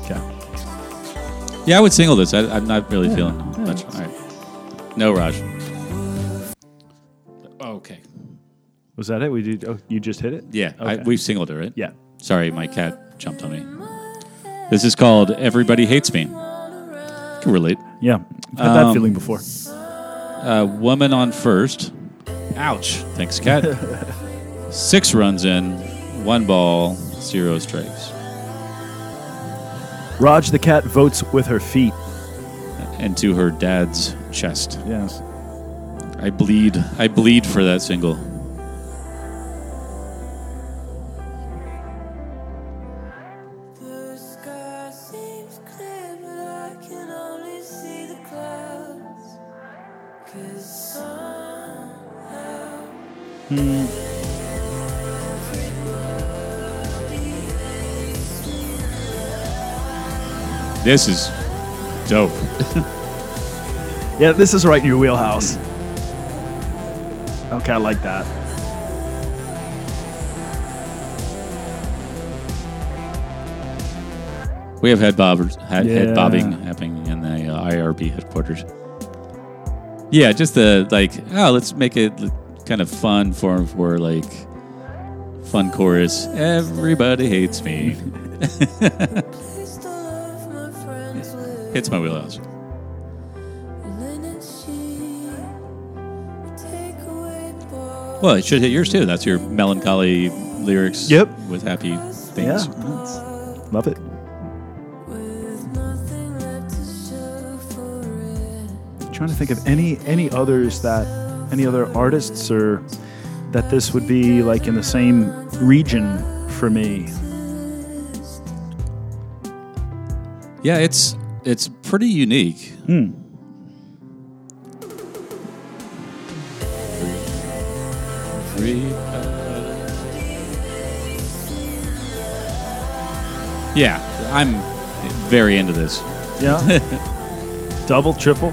Speaker 2: Okay.
Speaker 1: Yeah, I would single this. I, I'm not really feeling much. All right. No, Raj. Okay.
Speaker 2: Was that it? We did. Oh, you just hit it.
Speaker 1: Yeah, I,
Speaker 2: Okay.
Speaker 1: we've singled it, right?
Speaker 2: Yeah.
Speaker 1: Sorry, my cat jumped on me. This is called Everybody Hates Me. Can relate.
Speaker 2: Yeah. Had that
Speaker 1: Um,
Speaker 2: feeling before.
Speaker 1: Uh, woman on first. Ouch. Thanks, cat. Six runs in, one ball, zero strikes.
Speaker 2: Raj the cat votes with her feet.
Speaker 1: And to her dad's chest.
Speaker 2: Yes.
Speaker 1: I bleed. I bleed for that single.
Speaker 3: The sky seems clear, but I can only see the clouds. 'Cause somehow
Speaker 1: This is dope.
Speaker 2: Yeah, this is right in your wheelhouse. Okay, I like that.
Speaker 1: We have head bobbers, head,
Speaker 2: Yeah.
Speaker 1: head bobbing happening in the uh, IRB headquarters. Yeah, just the like. Oh, let's make it l- kind of fun form for like fun chorus. Everybody hates me.
Speaker 3: please don't love my friends with
Speaker 1: Hits my wheelhouse.
Speaker 3: linen sheets. Take away boys.
Speaker 1: Well, it should hit yours too. That's your melancholy lyrics.
Speaker 2: Yep.
Speaker 1: With happy
Speaker 2: Yeah.
Speaker 1: things.
Speaker 2: that's- love it.
Speaker 3: With nothing left to show for it.
Speaker 2: trying to think of any any others that any other artists or that this would be like in the same region for me.
Speaker 1: Yeah, it's it's pretty unique.
Speaker 2: Hmm.
Speaker 1: Free, uh, Yeah, I'm very into this.
Speaker 2: Yeah. Double, triple.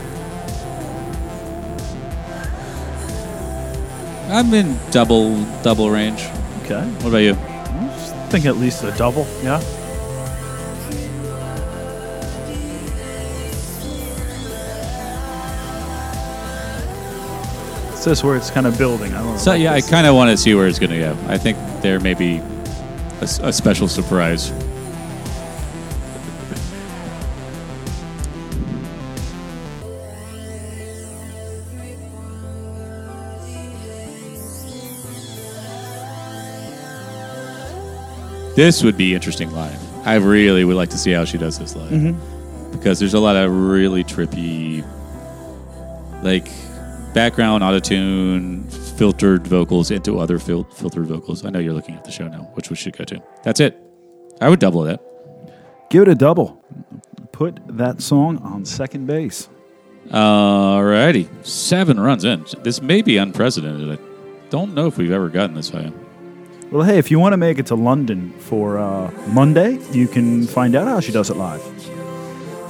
Speaker 1: I'm in double double range.
Speaker 2: Okay.
Speaker 1: What about you?
Speaker 2: I think at least a double. Yeah. It's this where it's kind of building. I don't
Speaker 1: So
Speaker 2: like
Speaker 1: yeah, I
Speaker 2: this.
Speaker 1: kind of want to see where it's going to go. I think there may be a, s- a special surprise. This would be interesting live. I really would like to see how she does this live because there's a lot of really trippy like background autotune filtered vocals into other fil- filtered vocals. I know you're looking at the show now, which we should go to. That's it. I would double that.
Speaker 2: give it a double. Put that song on second base.
Speaker 1: Alrighty, seven runs in. This may be unprecedented. I don't know if we've ever gotten this high.
Speaker 2: Well, hey, if you want to make it to London for uh, Monday, you can find out how she does it live.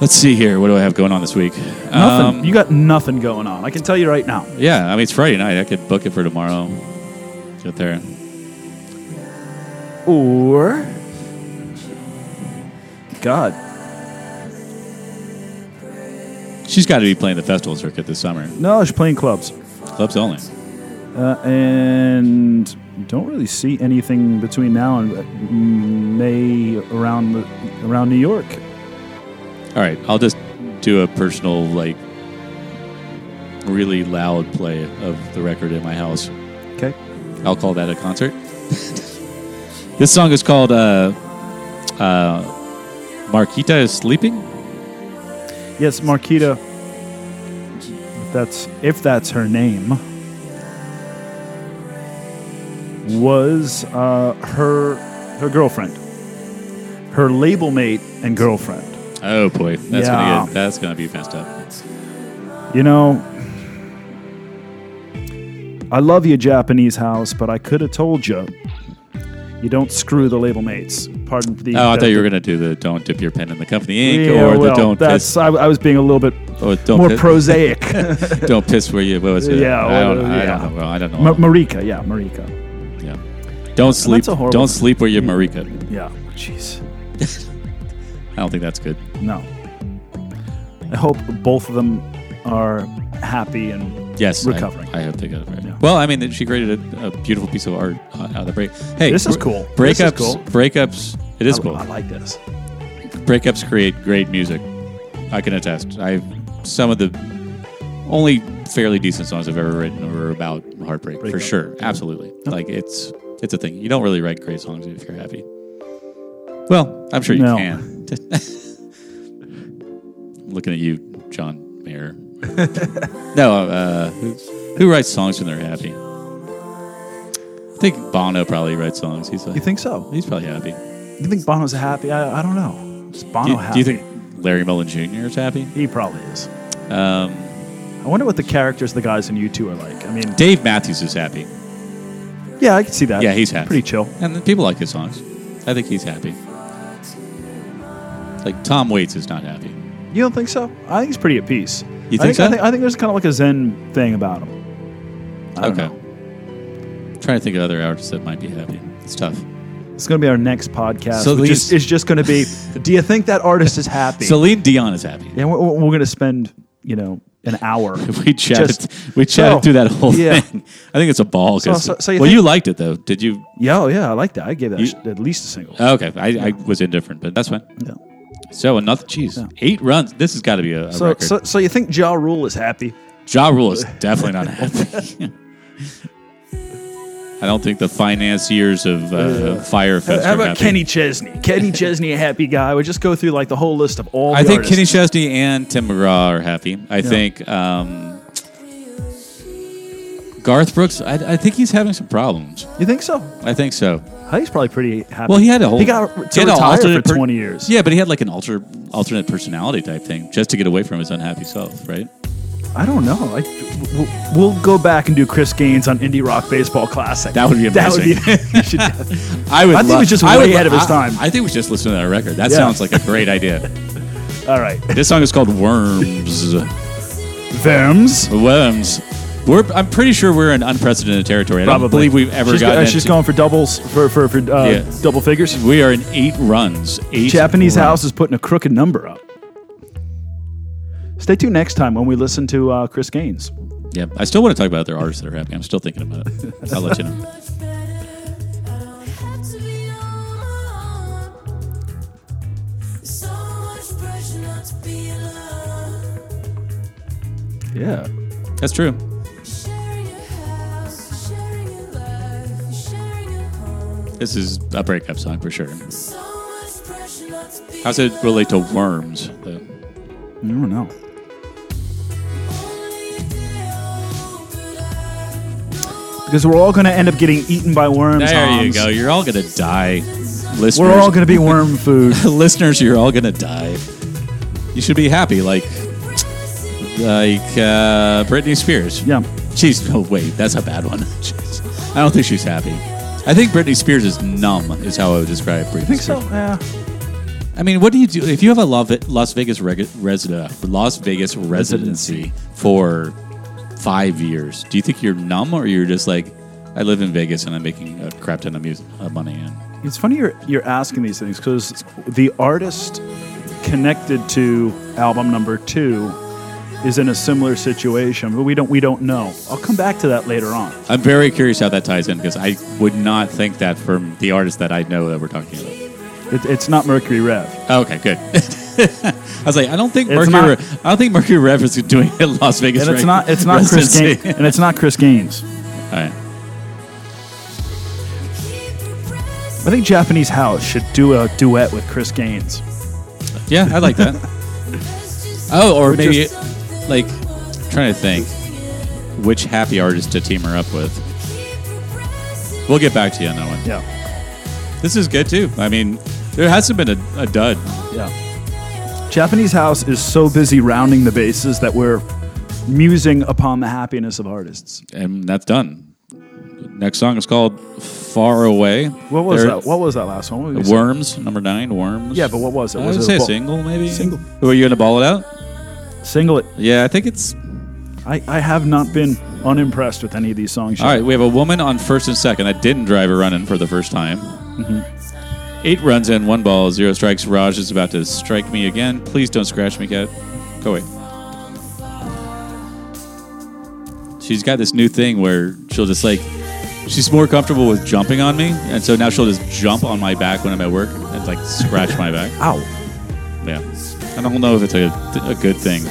Speaker 1: Let's see here. What do I have going on this week? Um,
Speaker 2: Nothing. you got nothing going on. I can tell you right now.
Speaker 1: Yeah, I mean it's Friday night. I could book it for tomorrow. Get there.
Speaker 2: Or, God,
Speaker 1: She's got to be playing the festival circuit this summer.
Speaker 2: no, she's playing clubs,
Speaker 1: Clubs only.
Speaker 2: uh, and you don't really see anything between now and uh, May around the, around New York.
Speaker 1: All right, I'll just do a personal like really loud play of the record in my house.
Speaker 2: Okay,
Speaker 1: I'll call that a concert. this song is called uh, uh, "Marquita is Sleeping."
Speaker 2: yes, Marquita. if That's if that's her name. Was uh, her her girlfriend, her label mate and girlfriend.
Speaker 1: Oh boy, that's
Speaker 2: Yeah.
Speaker 1: gonna get, that's gonna be messed up.
Speaker 2: You know, I love you, Japanese house, but I could have told you. You don't screw the label mates. Pardon the.
Speaker 1: Oh, I thought you were gonna do the "Don't dip your pen in the company ink"
Speaker 2: Yeah,
Speaker 1: or the
Speaker 2: well,
Speaker 1: "Don't
Speaker 2: that's.
Speaker 1: piss."
Speaker 2: I, I was being a little bit
Speaker 1: Or don't
Speaker 2: more
Speaker 1: piss,
Speaker 2: prosaic.
Speaker 1: don't piss where you. What was it?
Speaker 2: Yeah,
Speaker 1: I
Speaker 2: well,
Speaker 1: don't, I
Speaker 2: yeah.
Speaker 1: don't know. I don't know.
Speaker 2: Ma- Marika, yeah, Marika,
Speaker 1: yeah. Don't sleep.
Speaker 2: a horrible-
Speaker 1: Don't sleep where you're Marika.
Speaker 2: yeah. Jeez,
Speaker 1: I don't think that's good.
Speaker 2: no. I hope both of them are happy and
Speaker 1: Yes, I-
Speaker 2: Recovering.
Speaker 1: I, hope they got it right.
Speaker 2: Yeah.
Speaker 1: Well, I mean, she created a, a beautiful piece of art uh, out of the break. Hey,
Speaker 2: This is
Speaker 1: bre-
Speaker 2: cool. This is
Speaker 1: Breakups,
Speaker 2: cool.
Speaker 1: breakups. It is
Speaker 2: I,
Speaker 1: cool.
Speaker 2: I like this.
Speaker 1: breakups create great music. I can attest. I some of the only fairly decent songs I've ever written were about heartbreak for
Speaker 2: Breakup.
Speaker 1: sure. Absolutely. Like it's it's a thing. You don't really write great songs if you're happy. Well, I'm sure you
Speaker 2: No.
Speaker 1: can. Looking at you, John Mayer. no, uh, who, who writes songs when they're happy? I think Bono probably writes songs. He's
Speaker 2: You
Speaker 1: like,
Speaker 2: think so?
Speaker 1: he's probably happy.
Speaker 2: You think Bono's happy? I, I don't know. Is Bono
Speaker 1: Do you,
Speaker 2: happy?
Speaker 1: do you think Larry Mullen Jr. is happy?
Speaker 2: he probably is?
Speaker 1: Um,
Speaker 2: I wonder what the characters the guys in U2 are like. I mean,
Speaker 1: Dave Matthews is happy,
Speaker 2: yeah, I can see that.
Speaker 1: Yeah, he's happy.
Speaker 2: Pretty chill.
Speaker 1: and the people like his songs. I think he's happy. Like Tom Waits is not happy.
Speaker 2: You don't think so? I think he's pretty at peace.
Speaker 1: You think
Speaker 2: I I
Speaker 1: so?
Speaker 2: think, I think there's kind of like a zen thing about him. I don't
Speaker 1: okay.
Speaker 2: know.
Speaker 1: trying to think of other artists that might be happy. It's tough.
Speaker 2: It's going to be our next podcast.
Speaker 1: So
Speaker 2: So which is,
Speaker 1: these-
Speaker 2: is just going to be, do you think that artist is happy?
Speaker 1: Celine Dion is happy.
Speaker 2: yeah, we're, we're going to spend, you know, an hour.
Speaker 1: We chatted.
Speaker 2: Just-
Speaker 1: we chatted
Speaker 2: so,
Speaker 1: through that whole
Speaker 2: yeah.
Speaker 1: thing. I think it's a ball.
Speaker 2: So-
Speaker 1: 'cause-
Speaker 2: so- so you
Speaker 1: well,
Speaker 2: think-
Speaker 1: you liked it though, did you?
Speaker 2: yeah, oh, yeah, I like that. I gave that
Speaker 1: You- Uh,
Speaker 2: sh- at least a single.
Speaker 1: Okay, I, I was indifferent, but that's fine.
Speaker 2: Yeah.
Speaker 1: So another, jeez, eight runs. This has got to be a, a
Speaker 2: So,
Speaker 1: record.
Speaker 2: so, so you think Ja Rule is happy?
Speaker 1: Ja Rule is definitely not happy. I don't think the financiers of uh, Firefest
Speaker 2: How
Speaker 1: are
Speaker 2: about
Speaker 1: happy.
Speaker 2: Kenny Chesney? Kenny Chesney, a happy guy. We just go through like the whole list of all.
Speaker 1: I
Speaker 2: the
Speaker 1: think
Speaker 2: artists.
Speaker 1: Kenny Chesney and Tim McGraw are happy. I think um, Garth Brooks. I, I think he's having some problems.
Speaker 2: You think so?
Speaker 1: I think so.
Speaker 2: He's probably pretty happy.
Speaker 1: Well, he had a whole.
Speaker 2: He got to
Speaker 1: he had an
Speaker 2: retire for
Speaker 1: alternate per-
Speaker 2: twenty years.
Speaker 1: Yeah, but he had like an alter, alternate personality type thing just to get away from his unhappy self, right?
Speaker 2: I don't know. I, w- w- we'll go back and do Chris Gaines on Indie Rock Baseball Classic.
Speaker 1: That would be amazing.
Speaker 2: That would be. you should, do that.
Speaker 1: I would.
Speaker 2: I think he
Speaker 1: love-
Speaker 2: was just
Speaker 1: I
Speaker 2: way
Speaker 1: would-
Speaker 2: ahead of his
Speaker 1: I-
Speaker 2: time.
Speaker 1: I think we should just listen to that record. That
Speaker 2: Yeah.
Speaker 1: sounds like a great idea.
Speaker 2: all right,
Speaker 1: This song is called Worms.
Speaker 2: Verms.
Speaker 1: Worms. We're, I'm pretty sure we're in unprecedented territory. I
Speaker 2: Probably.
Speaker 1: don't believe we've ever
Speaker 2: she's, go-
Speaker 1: gotten.
Speaker 2: uh, she's
Speaker 1: into-
Speaker 2: going for doubles for for, for uh,
Speaker 1: Yeah.
Speaker 2: double figures.
Speaker 1: We are in eight runs. Eight
Speaker 2: Japanese
Speaker 1: runs.
Speaker 2: House is putting a crooked number up. Stay tuned next time when we listen to uh, Chris Gaines.
Speaker 1: Yeah, I still want to talk about other artists that are happy. I'm still thinking about it. I'll let you know.
Speaker 3: much better. I don't have to be on my own. There's so much pressure not to be alone.
Speaker 2: Yeah.
Speaker 1: That's true.
Speaker 3: Sharing your house, sharing your life, sharing your home.
Speaker 1: This is a breakup song for sure.
Speaker 3: So much pressure not to be
Speaker 1: How does it relate to worms? Though?
Speaker 2: I don't know. Because we're all going to end up getting eaten by worms.
Speaker 1: There you
Speaker 2: Hans.
Speaker 1: go. You're all gonna die, listeners.
Speaker 2: We're all going to be worm food.
Speaker 1: listeners. You're all gonna die. You should be happy, like like uh, Britney Spears.
Speaker 2: Yeah.
Speaker 1: She's oh wait, that's a bad one. She's- I don't think she's happy. I think Britney Spears is numb. Is how I would describe Britney.
Speaker 2: I think so. Yeah.
Speaker 1: I mean, what do you do if you have a Lov- Las Vegas reg- resident, Las Vegas residency for five years? Do you think you're numb or you're just like, I live in Vegas and I'm making a crap ton of, music, of money? And
Speaker 2: It's funny you're, you're asking these things because the artist connected to album number two is in a similar situation, but we don't we don't know. I'll come back to that later on.
Speaker 1: I'm very curious how that ties in because I would not think that from the artist that I know that we're talking about.
Speaker 2: It, it's not Mercury Rev.
Speaker 1: Okay, good. I was like, I don't think
Speaker 2: It's
Speaker 1: Mercury.
Speaker 2: not-
Speaker 1: I don't think Mercury Rev is doing it in Las Vegas.
Speaker 2: and it's
Speaker 1: reg-
Speaker 2: not it's not Chris
Speaker 1: residency.
Speaker 2: Gaines, and it's not Chris Gaines.
Speaker 1: All right.
Speaker 2: I think Japanese House should do a duet with Chris Gaines.
Speaker 1: Yeah, I like that. oh, or
Speaker 2: Which
Speaker 1: maybe
Speaker 2: is-
Speaker 1: like trying to think which happy artist to team her up with. We'll get back to you on that one.
Speaker 2: Yeah,
Speaker 1: This is good too. I mean, there hasn't been a, a dud.
Speaker 2: yeah. Japanese House is so busy rounding the bases that we're musing upon the happiness of artists.
Speaker 1: and that's done. Next song is called "Far Away."
Speaker 2: What was
Speaker 1: They're-
Speaker 2: that? What was that last one? What did we say?
Speaker 1: Worms, number nine. Worms.
Speaker 2: Yeah, but what was it?
Speaker 1: I
Speaker 2: Was
Speaker 1: would
Speaker 2: it a
Speaker 1: say a
Speaker 2: ball-
Speaker 1: single, maybe.
Speaker 2: Single.
Speaker 1: Were you gonna ball it out?
Speaker 2: Single it.
Speaker 1: Yeah, I think it's
Speaker 2: I, I have not been unimpressed with any of these songs.
Speaker 1: all right. We have a woman on first and second that didn't drive a running for the first time. Eight runs in, one ball, zero strikes. Raj is about to strike me again. Please don't scratch me, cat. Go away. She's got this new thing where she'll just like she's more comfortable with jumping on me, and so now she'll just jump on my back when I'm at work and like scratch my back.
Speaker 2: Ow.
Speaker 1: Yeah, I don't know if it's a, a good thing.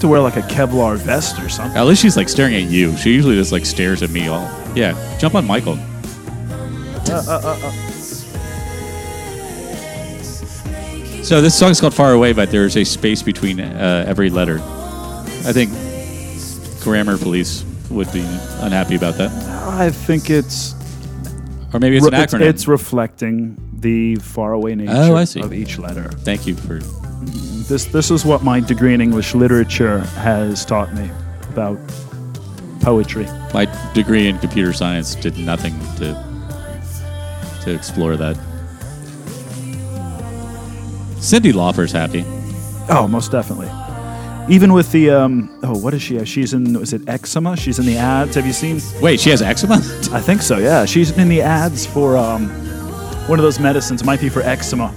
Speaker 2: To wear like a Kevlar vest or something.
Speaker 1: At least she's like staring at you. She usually just like stares at me all. Yeah, jump on Michael. So this song's called "Far Away," but there's a space between uh, every letter. I think grammar police would be unhappy about that,
Speaker 2: I think it's
Speaker 1: or maybe it's an
Speaker 2: re-
Speaker 1: acronym.
Speaker 2: it's reflecting the faraway nature
Speaker 1: Oh, I see.
Speaker 2: of each letter.
Speaker 1: Thank you for.
Speaker 2: This this is what my degree in English literature has taught me about poetry.
Speaker 1: My degree in computer science did nothing to to explore that. Cindy Lauper's happy.
Speaker 2: Oh, most definitely. Even with the um, oh, what is she? She's in is it eczema? She's in the ads. Have you seen?
Speaker 1: Wait, she has eczema.
Speaker 2: I think so. Yeah, she's in the ads for um, one of those medicines. Might be for eczema.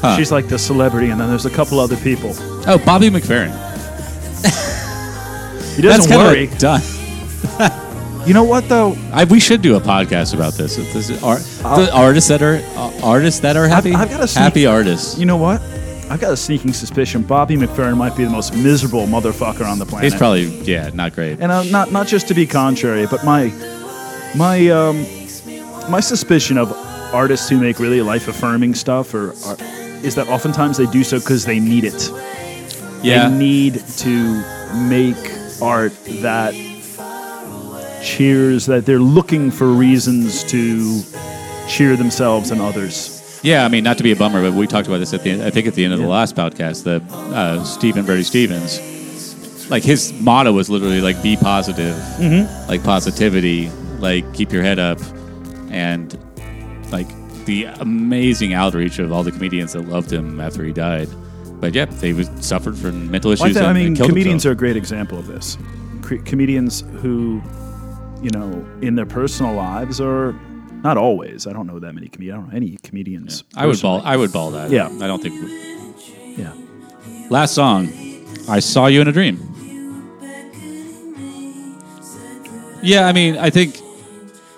Speaker 1: Huh.
Speaker 2: She's like the celebrity, and then there's a couple other people.
Speaker 1: Oh, Bobby McFerrin.
Speaker 2: He doesn't
Speaker 1: kinda
Speaker 2: worry.
Speaker 1: done.
Speaker 2: You know what though?
Speaker 1: I, we should do a podcast about this. If this is ar- the artists that are uh, artists that are happy.
Speaker 2: I've got a sneak-
Speaker 1: happy artists.
Speaker 2: You know what? I've got a sneaking suspicion Bobby McFerrin might be the most miserable motherfucker on the planet.
Speaker 1: He's probably yeah, not great.
Speaker 2: and uh, not not just to be contrary, but my my um, my suspicion of artists who make really life affirming stuff or are, is that oftentimes they do so because they need it.
Speaker 1: yeah,
Speaker 2: They need to make art that cheers that they're looking for reasons to cheer themselves and others.
Speaker 1: yeah. I mean, not to be a bummer, but we talked about this at the I think at the end of the last podcast. The uh, Stephen Brady Stevens, like his motto was literally like be positive,
Speaker 2: Mm-hmm.
Speaker 1: like positivity, like keep your head up, and like the amazing outreach of all the comedians that loved him after he died. But yeah, they was, suffered from mental issues.
Speaker 2: Like that, I
Speaker 1: and- and
Speaker 2: mean,
Speaker 1: killed
Speaker 2: comedians
Speaker 1: themselves.
Speaker 2: are a great example of this. Cre- comedians who, you know, in their personal lives are not always. I don't know that many comedians. I don't know any comedians.
Speaker 1: I would ball. I would ball that.
Speaker 2: Yeah.
Speaker 1: I don't think.
Speaker 2: personally. Yeah.
Speaker 1: Last song, I saw you in a dream. Yeah, I mean, I think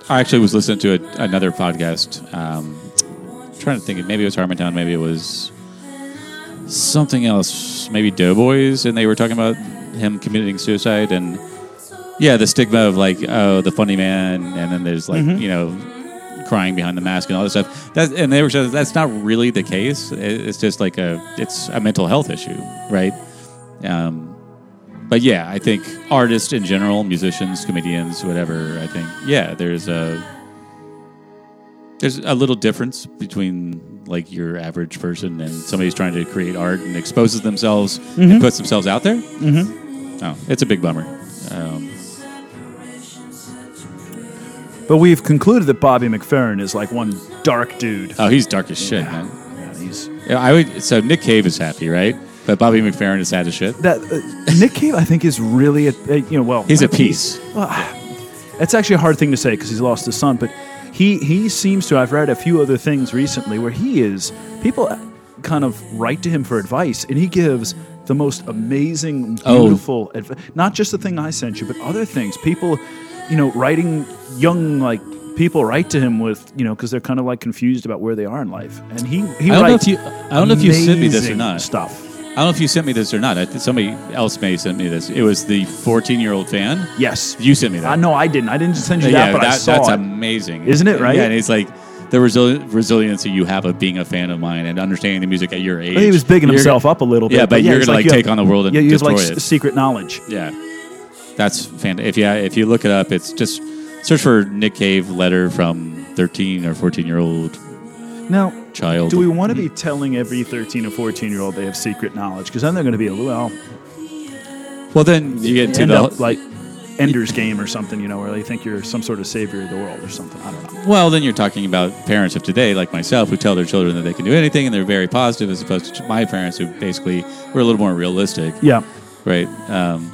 Speaker 1: I actually was listening to a, another podcast. Um, trying to think, maybe it was Harmontown, maybe it was something else, maybe Doughboys, and they were talking about him committing suicide and yeah, the stigma of like oh the funny man, and then there's like you know crying behind the mask and all this stuff. That and they were saying that's not really the case. It- It's just like a it's a mental health issue, right? Um, but yeah, I think artists in general, musicians, comedians, whatever. I think yeah, there's a there's a little difference between like your average person and somebody's trying to create art and exposes themselves and puts themselves out there. Mm-hmm. Oh, it's a big bummer. Um,
Speaker 2: But we've concluded that Bobby McFerrin is like one dark dude.
Speaker 1: oh, he's dark as shit, man.
Speaker 2: Yeah, he's-
Speaker 1: Yeah, I would. So Nick Cave is happy, right? But Bobby McFerrin is sad as shit.
Speaker 2: that uh, Nick Cave, I think, is really a, a- you know well.
Speaker 1: He's a piece.
Speaker 2: Well, it's actually a hard thing to say because he's lost his son, but he he seems to. I've read a few other things recently where he is people uh, kind of write to him for advice, and he gives the most amazing,
Speaker 1: Oh.
Speaker 2: beautiful advice. Not just the thing I sent you, but other things. People, you know, writing young like. People write to him with, you know, because they're kind of like confused about where they are in life, and he he
Speaker 1: I don't know
Speaker 2: writes
Speaker 1: if you- I don't know if you sent me this or
Speaker 2: amazing
Speaker 1: not.
Speaker 2: Stuff,
Speaker 1: I don't know if you sent me this or not. I think somebody else may have sent me this. It was the 14 year old fan.
Speaker 2: yes.
Speaker 1: You sent me that.
Speaker 2: I know I didn't. I didn't send you
Speaker 1: yeah,
Speaker 2: that, but I saw
Speaker 1: that's
Speaker 2: it.
Speaker 1: amazing,
Speaker 2: Isn't it, right?
Speaker 1: Yeah, and it's like the resili- resiliency you have of being a fan of mine and understanding the music at your age.
Speaker 2: He was bigging
Speaker 1: You're-
Speaker 2: himself up a little bit.
Speaker 1: Yeah, but you're
Speaker 2: it's
Speaker 1: gonna, like,
Speaker 2: you
Speaker 1: take on the world and
Speaker 2: yeah, you have like
Speaker 1: destroy
Speaker 2: s-
Speaker 1: it.
Speaker 2: secret knowledge.
Speaker 1: Yeah, that's fantastic. If you if you look it up, it's just search for Nick Cave letter from 13 or 14 year old
Speaker 2: Now,
Speaker 1: child.
Speaker 2: do we want to be telling every 13 or 14 year old they have secret knowledge? Because then they're going to be a well,
Speaker 1: well, then you get to
Speaker 2: end
Speaker 1: the
Speaker 2: up like Ender's Game or something, you know, where they think you're some sort of savior of the world or something. I don't know.
Speaker 1: Well, then you're talking about parents of today, like myself, who tell their children that they can do anything and they're very positive, as opposed to my parents, who basically were a little more realistic,
Speaker 2: Yeah,
Speaker 1: right? Um,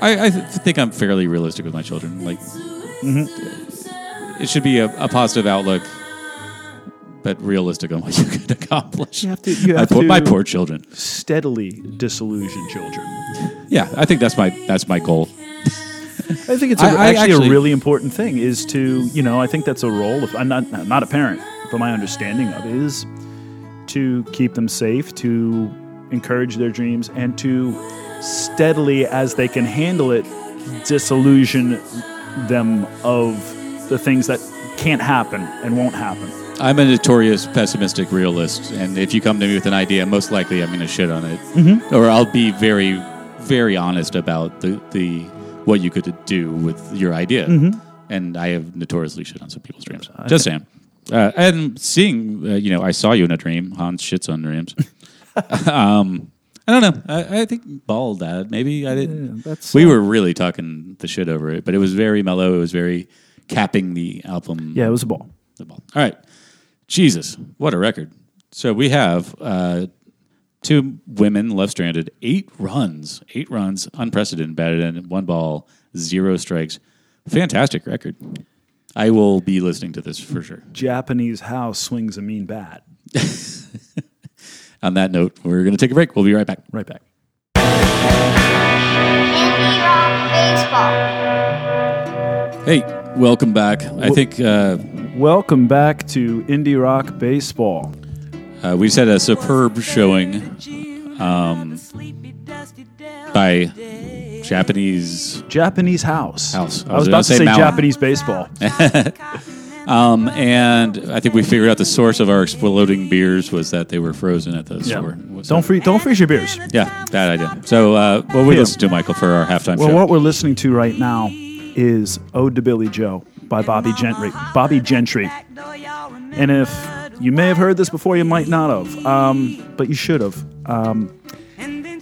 Speaker 1: I, I th- think I'm fairly realistic with my children. Like,
Speaker 2: Mm-hmm.
Speaker 1: it should be a, a positive outlook, but realistic on what you can accomplish.
Speaker 2: You have to- you
Speaker 1: my,
Speaker 2: have
Speaker 1: poor, my
Speaker 2: to-
Speaker 1: poor children.
Speaker 2: steadily disillusion children.
Speaker 1: Yeah, I think that's my that's my goal.
Speaker 2: I think it's a,
Speaker 1: I- I
Speaker 2: actually,
Speaker 1: actually-
Speaker 2: a really important thing is to you know I think that's a role of I'm not I'm not a parent, but my understanding of it is to keep them safe, to encourage their dreams, and to steadily as they can handle it, disillusion them of the things that can't happen and won't happen.
Speaker 1: I'm a notorious pessimistic realist, and if you come to me with an idea, most likely I'm going to shit on it, mm-hmm. or I'll be very, very honest about the the what you could do with your idea. And I have notoriously shit on some people's dreams. Just saying. Uh, and seeing, uh, you know, I saw you in a dream. Hans shits on dreams. um, I don't know. I, I think bald dad. Maybe I didn't.
Speaker 2: Yeah, that's,
Speaker 1: we
Speaker 2: uh,
Speaker 1: were really talking the shit over it, but it was very mellow. It was very capping the album
Speaker 2: Yeah, it was a ball.
Speaker 1: the ball. All right. Jesus, what a record. So we have uh, two women left stranded, eight runs, eight runs, unprecedented, batted in, one ball, zero strikes. Fantastic record. I will be listening to this for sure.
Speaker 2: Japanese house swings a mean bat.
Speaker 1: On that note, we're going to take a break. We'll be right back.
Speaker 2: Right back.
Speaker 4: Indie Rock Baseball.
Speaker 1: Hey, welcome back. I think uh,
Speaker 2: Welcome back to Indie Rock Baseball.
Speaker 1: uh, we had a superb showing um, by Japanese
Speaker 2: Japanese house.
Speaker 1: House.
Speaker 2: I was about to say,
Speaker 1: Maui.
Speaker 2: Japanese baseball.
Speaker 1: Um, and I think we figured out the source of our exploding beers was that they were frozen at the store. What's
Speaker 2: Don't
Speaker 1: that?
Speaker 2: free, don't freeze your beers.
Speaker 1: Yeah, that I did. So uh, what we
Speaker 2: Yeah.
Speaker 1: listened to, Michael, for our halftime
Speaker 2: Well,
Speaker 1: show.
Speaker 2: what we're listening to right now is "Ode to Billy Joe" by Bobby Gentry. Bobby Gentry. And if you may have heard this before, you might not have, um, but you should have. Um,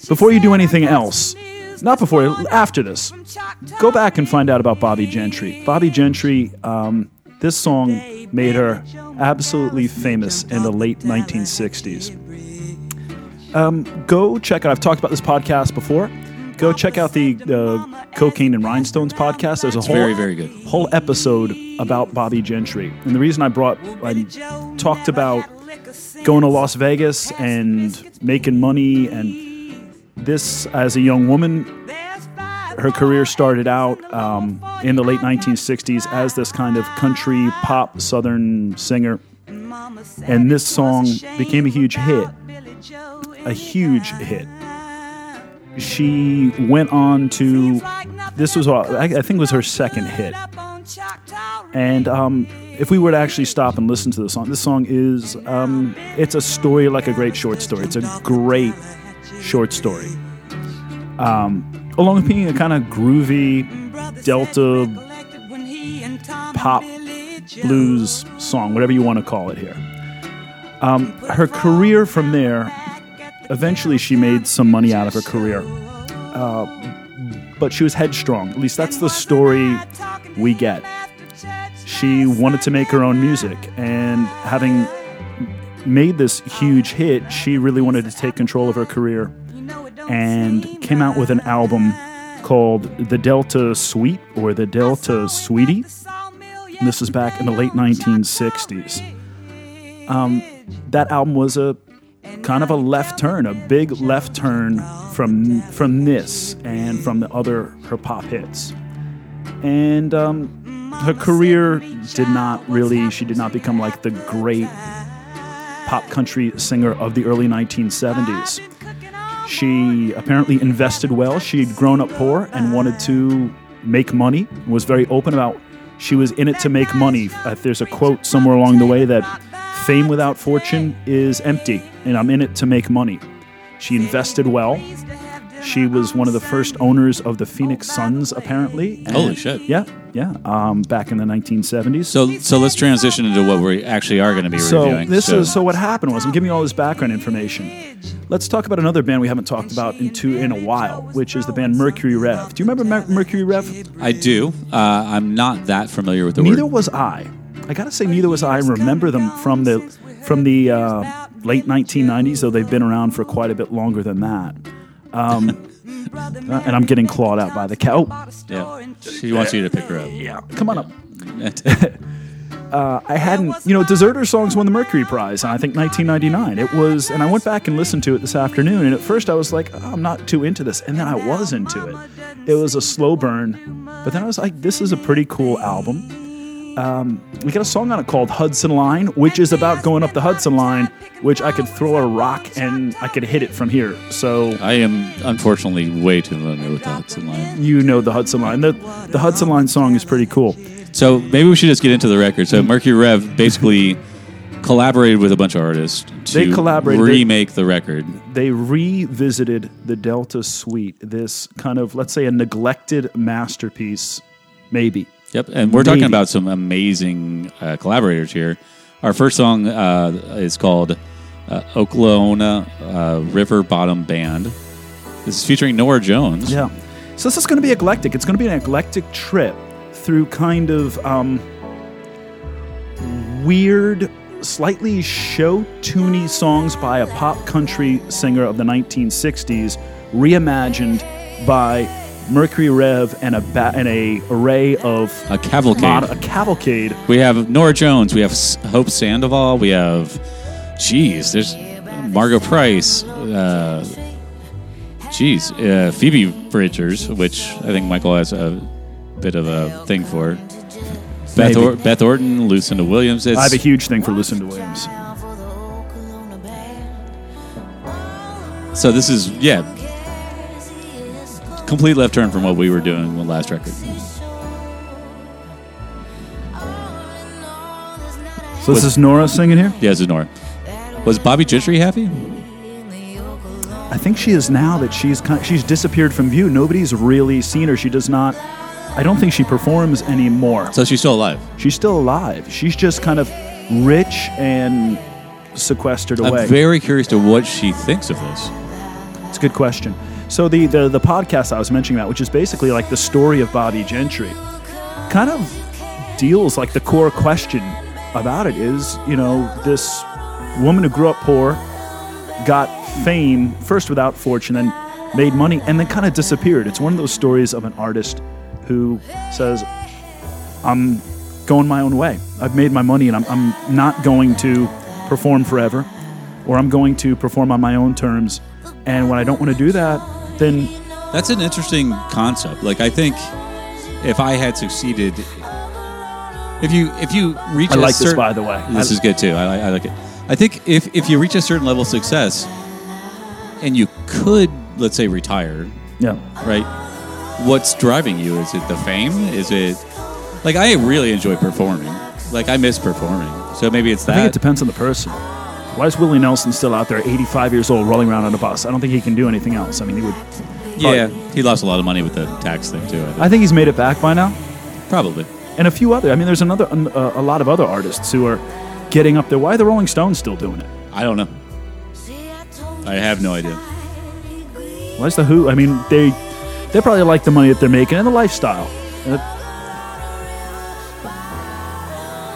Speaker 2: before you do anything else, not before, after this, go back and find out about Bobby Gentry. Bobby Gentry, um, this song made her absolutely famous in the late 1960s. go check out. I've talked about this podcast before. Go check out the uh, Cocaine and Rhinestones podcast. There's a whole
Speaker 1: very, very good.
Speaker 2: whole episode about Bobby Gentry. And the reason I brought I talked about going to Las Vegas and making money and this as a young woman, her career started out um, in the late 1960s as this kind of country pop southern singer, and this song became a huge hit a huge hit. She went on to this was uh, I, I think it was her second hit. And um, if we were to actually stop and listen to the song, this song is um, it's a story like a great short story. It's a great short story. Um, along with being a kind of groovy Delta pop blues song, whatever you want to call it here. Um, her career from there, eventually she made some money out of her career. Uh, but she was headstrong. At least that's the story we get. She wanted to make her own music, and having made this huge hit, she really wanted to take control of her career and came out with an album called The Delta Suite or The Delta Sweetie. And this is back in the late 1960s. Um, that album was a kind of a left turn, a big left turn from from this and from the other her pop hits. And um, her career did not really. She did not become like the great pop country singer of the early 1970s. She apparently invested well. She had grown up poor and wanted to make money. Was very open about she was in it to make money. Uh, there's a quote somewhere along the way that fame without fortune is empty, and I'm in it to make money. She invested well. She was one of the first owners of the Phoenix Suns, apparently. and-
Speaker 1: Holy shit.
Speaker 2: Yeah, yeah. Um, back in the 1970s.
Speaker 1: So so let's transition into what we actually are going to be
Speaker 2: So
Speaker 1: reviewing.
Speaker 2: this is so what happened was I'm giving you all this background information. Let's talk about another band we haven't talked about in two in a while, which is the band Mercury Rev. Do you remember Mer- Mercury Rev?
Speaker 1: I do. Uh, I'm not that familiar with the
Speaker 2: Neither
Speaker 1: word.
Speaker 2: was I. I gotta say, neither was I. Remember them from the from the uh, late 1990s, though they've been around for quite a bit longer than that. Um, uh, and I'm getting clawed out by the cat. Oh,
Speaker 1: Yeah. She wants you to pick her up.
Speaker 2: yeah, come on up. I hadn't, you know, Deserter Songs won the Mercury Prize, I think 1999. It was, and I went back and listened to it this afternoon, and at first I was like, oh, I'm not too into this, and then I was into it. It was a slow burn, but then I was like, this is a pretty cool album. Um, we got a song on it called Hudson Line, which is about going up the Hudson Line, which I could throw a rock and I could hit it from here. So
Speaker 1: I am unfortunately way too familiar with the Hudson line.
Speaker 2: you know the Hudson Line. The, the Hudson Line song is pretty cool.
Speaker 1: So maybe we should just get into the record. So Mercury Rev basically collaborated with a bunch of artists to
Speaker 2: They collaborated.
Speaker 1: remake the record.
Speaker 2: they revisited the Delta Suite, this kind of, let's say, a neglected masterpiece, maybe.
Speaker 1: Yep, and we're talking
Speaker 2: Maybe.
Speaker 1: about some amazing uh, collaborators here. Our first song uh, is called uh, Oklahoma uh, River Bottom Band. This is featuring Nora Jones.
Speaker 2: Yeah. So this is going to be eclectic. It's going to be an eclectic trip through kind of um, weird, slightly show tuney songs by a pop country singer of the 1960s, reimagined by Mercury Rev and a ba- and a array of
Speaker 1: A cavalcade.
Speaker 2: mod- a cavalcade
Speaker 1: We have Nora Jones. We have S- Hope Sandoval. We have, jeez, there's Margot Price. Uh, jeez, uh, Phoebe Bridgers, which I think Michael has a bit of a thing for. Beth,
Speaker 2: Maybe.
Speaker 1: or- Beth Orton, Lucinda Williams. It's,
Speaker 2: I have a huge thing for Lucinda Williams.
Speaker 1: So this is yeah, complete left turn from what we were doing with last record.
Speaker 2: So this is Nora singing here.
Speaker 1: Yeah, Zenora. Was Bobby Gentry happy?
Speaker 2: I think she is now that she's kind she's disappeared from view. Nobody's really seen her. She does not. I don't think she performs anymore.
Speaker 1: So she's still alive.
Speaker 2: She's still alive. She's just kind of rich and sequestered away.
Speaker 1: I'm very curious to what she thinks of this.
Speaker 2: It's a good question. So the, the the podcast I was mentioning that, which is basically like the story of Bobby Gentry, kind of deals like the core question about it is, you know, this woman who grew up poor, got fame first without fortune, then made money, and then kind of disappeared. It's one of those stories of an artist who says, "I'm going my own way. I've made my money, and I'm, I'm not going to perform forever." or I'm going to perform on my own terms. And when I don't want to do that, then
Speaker 1: That's an interesting concept. Like I think if I had succeeded, if you if you reach,
Speaker 2: I
Speaker 1: a
Speaker 2: like this,
Speaker 1: certain-
Speaker 2: by the way.
Speaker 1: this
Speaker 2: I-
Speaker 1: is good too. I, I like it. I think if if you reach a certain level of success, and you could let's say retire,
Speaker 2: yeah,
Speaker 1: right? What's driving you? Is it the fame? Is it like I really enjoy performing? Like I miss performing, so maybe it's
Speaker 2: I think it
Speaker 1: that.
Speaker 2: depends on the person. Why is Willie Nelson still out there, 85 years old, rolling around on a bus? I don't think he can do anything else. I mean, he would.
Speaker 1: yeah, he lost a lot of money with the tax thing too. I think.
Speaker 2: I think he's made it back by now.
Speaker 1: Probably.
Speaker 2: and a few other. I mean, there's another an- uh, a lot of other artists who are getting up there. Why are the Rolling Stones still doing it?
Speaker 1: I don't know. I have no idea.
Speaker 2: Why is the Who? I mean, they they probably like the money that they're making and the lifestyle. Uh,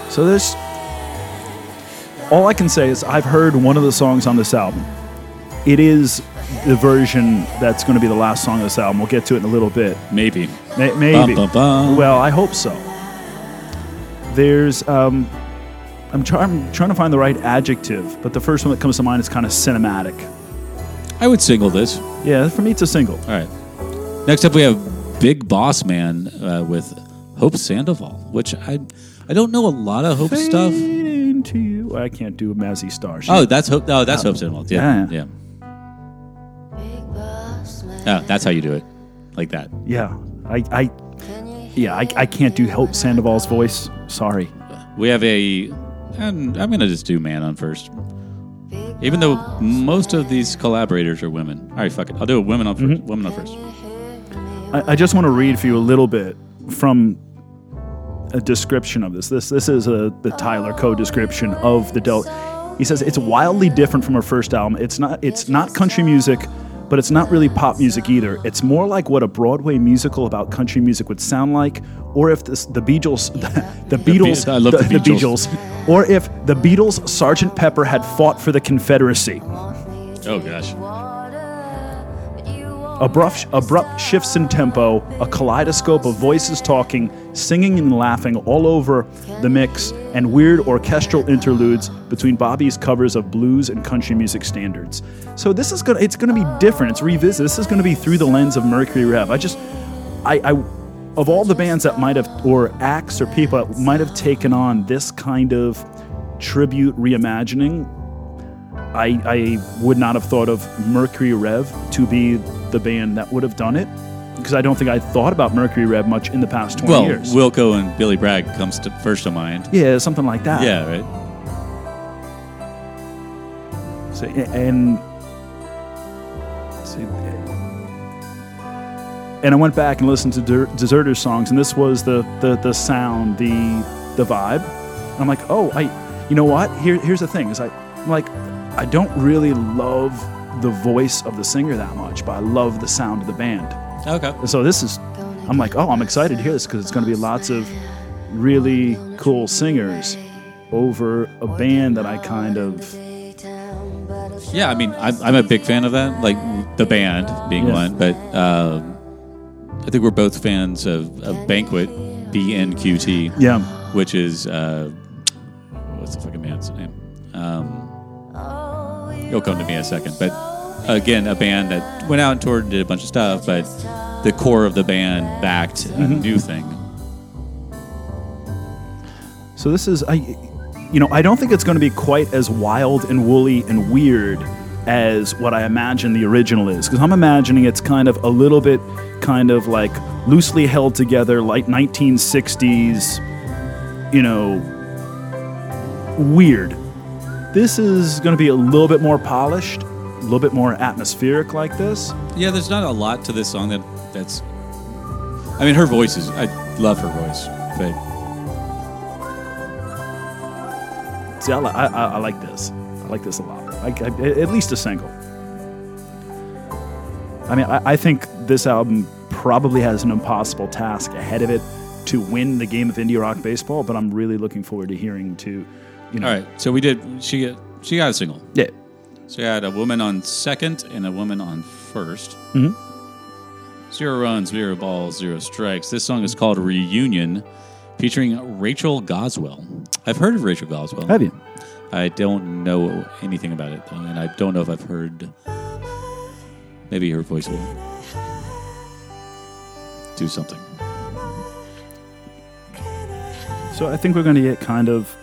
Speaker 2: So this, all I can say is I've heard one of the songs on this album. It is the version that's going to be the last song of this album. We'll get to it in a little bit.
Speaker 1: Maybe.
Speaker 2: May- Maybe.
Speaker 1: bum, bum.
Speaker 2: Well, I hope so. There's, um, I'm, try- I'm trying to find the right adjective, but the first one that comes to mind is kind of cinematic.
Speaker 1: I would single this. All
Speaker 2: Yeah, for me, it's a single.
Speaker 1: right. Next up, we have Big Boss Man uh, with Hope Sandoval, which I I don't know a lot of Hope stuff.
Speaker 2: Fade into you. I can't do Mazzy Star. She-
Speaker 1: Oh, that's Hope. Oh, that's Hope Sandoval. Yeah,
Speaker 2: Yeah,
Speaker 1: yeah. Oh, that's how you do it, like that.
Speaker 2: yeah. I, I, yeah, I, I can't do Hope Sandoval's voice. Sorry.
Speaker 1: We have a, and I'm gonna just do Man on first, even though most of these collaborators are women. All right, fuck it. I'll do a women on 1st Women on first.
Speaker 2: I, I just want to read for you a little bit from a description of this. This this is a the Tyler Co description of the Del. He says it's wildly different from her first album. It's not it's not country music, but it's not really pop music either. It's more like what a Broadway musical about country music would sound like, or if this, the Beatles, the, Beatles,
Speaker 1: I love the Beatles.
Speaker 2: Beatles, or if the Beatles, Sergeant Pepper had fought for the Confederacy.
Speaker 1: Oh gosh.
Speaker 2: Abrupt, abrupt shifts in tempo, a kaleidoscope of voices talking, singing, and laughing all over the mix, and weird orchestral interludes between Bobby's covers of blues and country music standards. So this is gonna, it's gonna be different. It's revisited. This is gonna be through the lens of Mercury Rev. I just, I, I, of all the bands that might have, or acts or people that might have taken on this kind of tribute reimagining, I, I would not have thought of Mercury Rev to be the band that would have done it because I don't think I thought about Mercury Rev much in the past 20
Speaker 1: Well,
Speaker 2: years.
Speaker 1: Wilco and Billy Bragg comes to first to mind.
Speaker 2: yeah, something like that.
Speaker 1: Yeah, right.
Speaker 2: So, and see, and I went back and listened to Der- Deserters songs, and this was the the, the sound, the the vibe. And I'm like, oh, I, you know what? Here here's the thing is I, I'm like, I don't really love the voice of the singer that much, but I love the sound of the band.
Speaker 1: Okay.
Speaker 2: And so this is, I'm like, oh, I'm excited to hear this because it's going to be lots of really cool singers over a band that I kind of
Speaker 1: Yeah, I mean, I'm, I'm a big fan of that, like the band being
Speaker 2: Yeah.
Speaker 1: one, but um, I think we're both fans of, of Banquet, BNQT,
Speaker 2: yeah.
Speaker 1: which is, uh, what's the fucking band's name? Um, it'll come to me in a second. But again, a band that went out and toured and did a bunch of stuff, but the core of the band backed a new thing.
Speaker 2: So this is I you know, I don't think it's going to be quite as wild and woolly and weird as what I imagine the original is because I'm imagining it's kind of a little bit kind of like loosely held together like 1960s you know weird. This is going to be a little bit more polished, a little bit more atmospheric like this.
Speaker 1: Yeah, there's not a lot to this song that that's. I mean, her voice is. I love her voice, but
Speaker 2: See, I, li- I, I, I like this. I like this a lot. I, I- at least a single. I mean, I, I think this album probably has an impossible task ahead of it to win the game of indie rock baseball, but I'm really looking forward to hearing to, you know.
Speaker 1: all right. So we did. She she got a single.
Speaker 2: Yeah.
Speaker 1: So you had a woman on second and a woman on 1st
Speaker 2: Mm-hmm.
Speaker 1: Zero runs, zero balls, zero strikes. This song is called Reunion, featuring Rachel Goswell. I've heard of Rachel Goswell.
Speaker 2: Have you?
Speaker 1: I don't know anything about it, though, and I don't know if I've heard maybe her voice will do something.
Speaker 2: So I think we're going to get kind of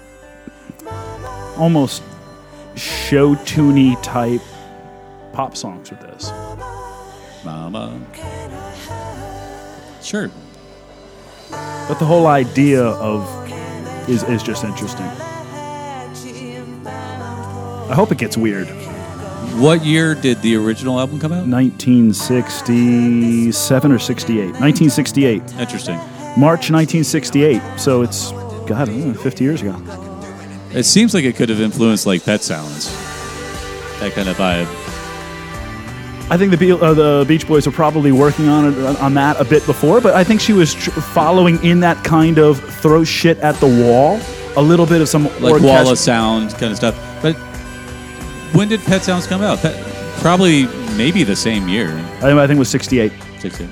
Speaker 2: almost show toony type pop songs with this.
Speaker 1: Mama. Sure.
Speaker 2: But the whole idea of is, is just interesting. I hope it gets weird.
Speaker 1: What year did the original album come out?
Speaker 2: 1967 or 68. 1968.
Speaker 1: Interesting.
Speaker 2: March 1968. So it's, God, mm, 50 years ago.
Speaker 1: It seems like it could have influenced like Pet Sounds, that kind of vibe.
Speaker 2: I think the, Be- uh, the Beach Boys were probably working on it, on that a bit before, but I think she was tr- following in that kind of throw shit at the wall, a little bit of some
Speaker 1: like
Speaker 2: orchest-
Speaker 1: wall of sound kind of stuff. But when did Pet Sounds come out? Pet, probably maybe the same year.
Speaker 2: I I think it was 68.
Speaker 1: 16.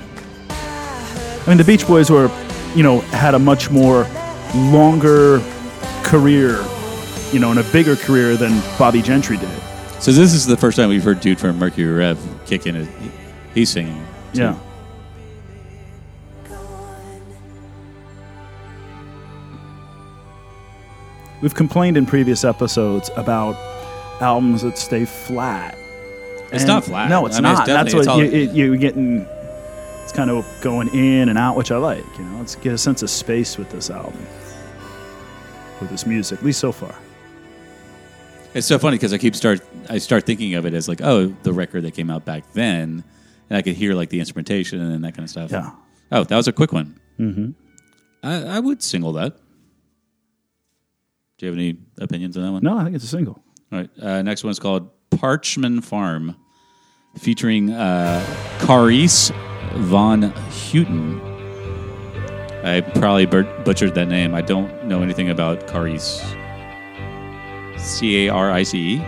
Speaker 2: I mean, the Beach Boys were, you know, had a much more longer career, you know, and a bigger career than Bobby Gentry did.
Speaker 1: So this is the first time we've heard dude from Mercury Rev kicking it. He's singing. too.
Speaker 2: Yeah. We've complained in previous episodes about albums that stay flat.
Speaker 1: It's
Speaker 2: And-
Speaker 1: not flat.
Speaker 2: No, it's
Speaker 1: I mean,
Speaker 2: not. That's
Speaker 1: definitely-
Speaker 2: what
Speaker 1: it's all-
Speaker 2: you, it, you're getting. It's kind of going in and out, which I like. You know, let's get a sense of space with this album, with this music, at least so far.
Speaker 1: It's so funny because I keep start I start thinking of it as like oh the record that came out back then, and I could hear like the instrumentation and that kind of stuff.
Speaker 2: Yeah.
Speaker 1: Oh, that was a quick one. Mm-hmm. I, I would single that. Do you have any opinions on that one?
Speaker 2: No, I think it's a single.
Speaker 1: All right. Uh, next one's called Parchman Farm, featuring uh, Carice von Houten. I probably bur- butchered that name. I don't know anything about Carice. C A R I C E.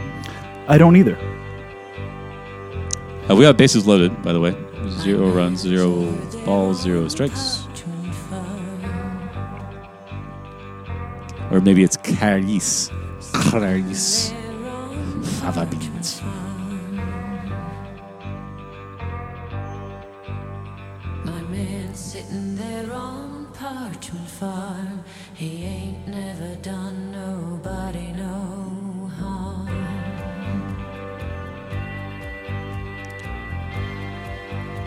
Speaker 2: I don't either.
Speaker 1: Uh, we have bases loaded, by the way. Zero runs, zero balls, zero strikes. Or maybe it's Carice. Carice. Fava beans.
Speaker 3: My man sitting there on Parchment Farm. He ain't never done nobody no harm.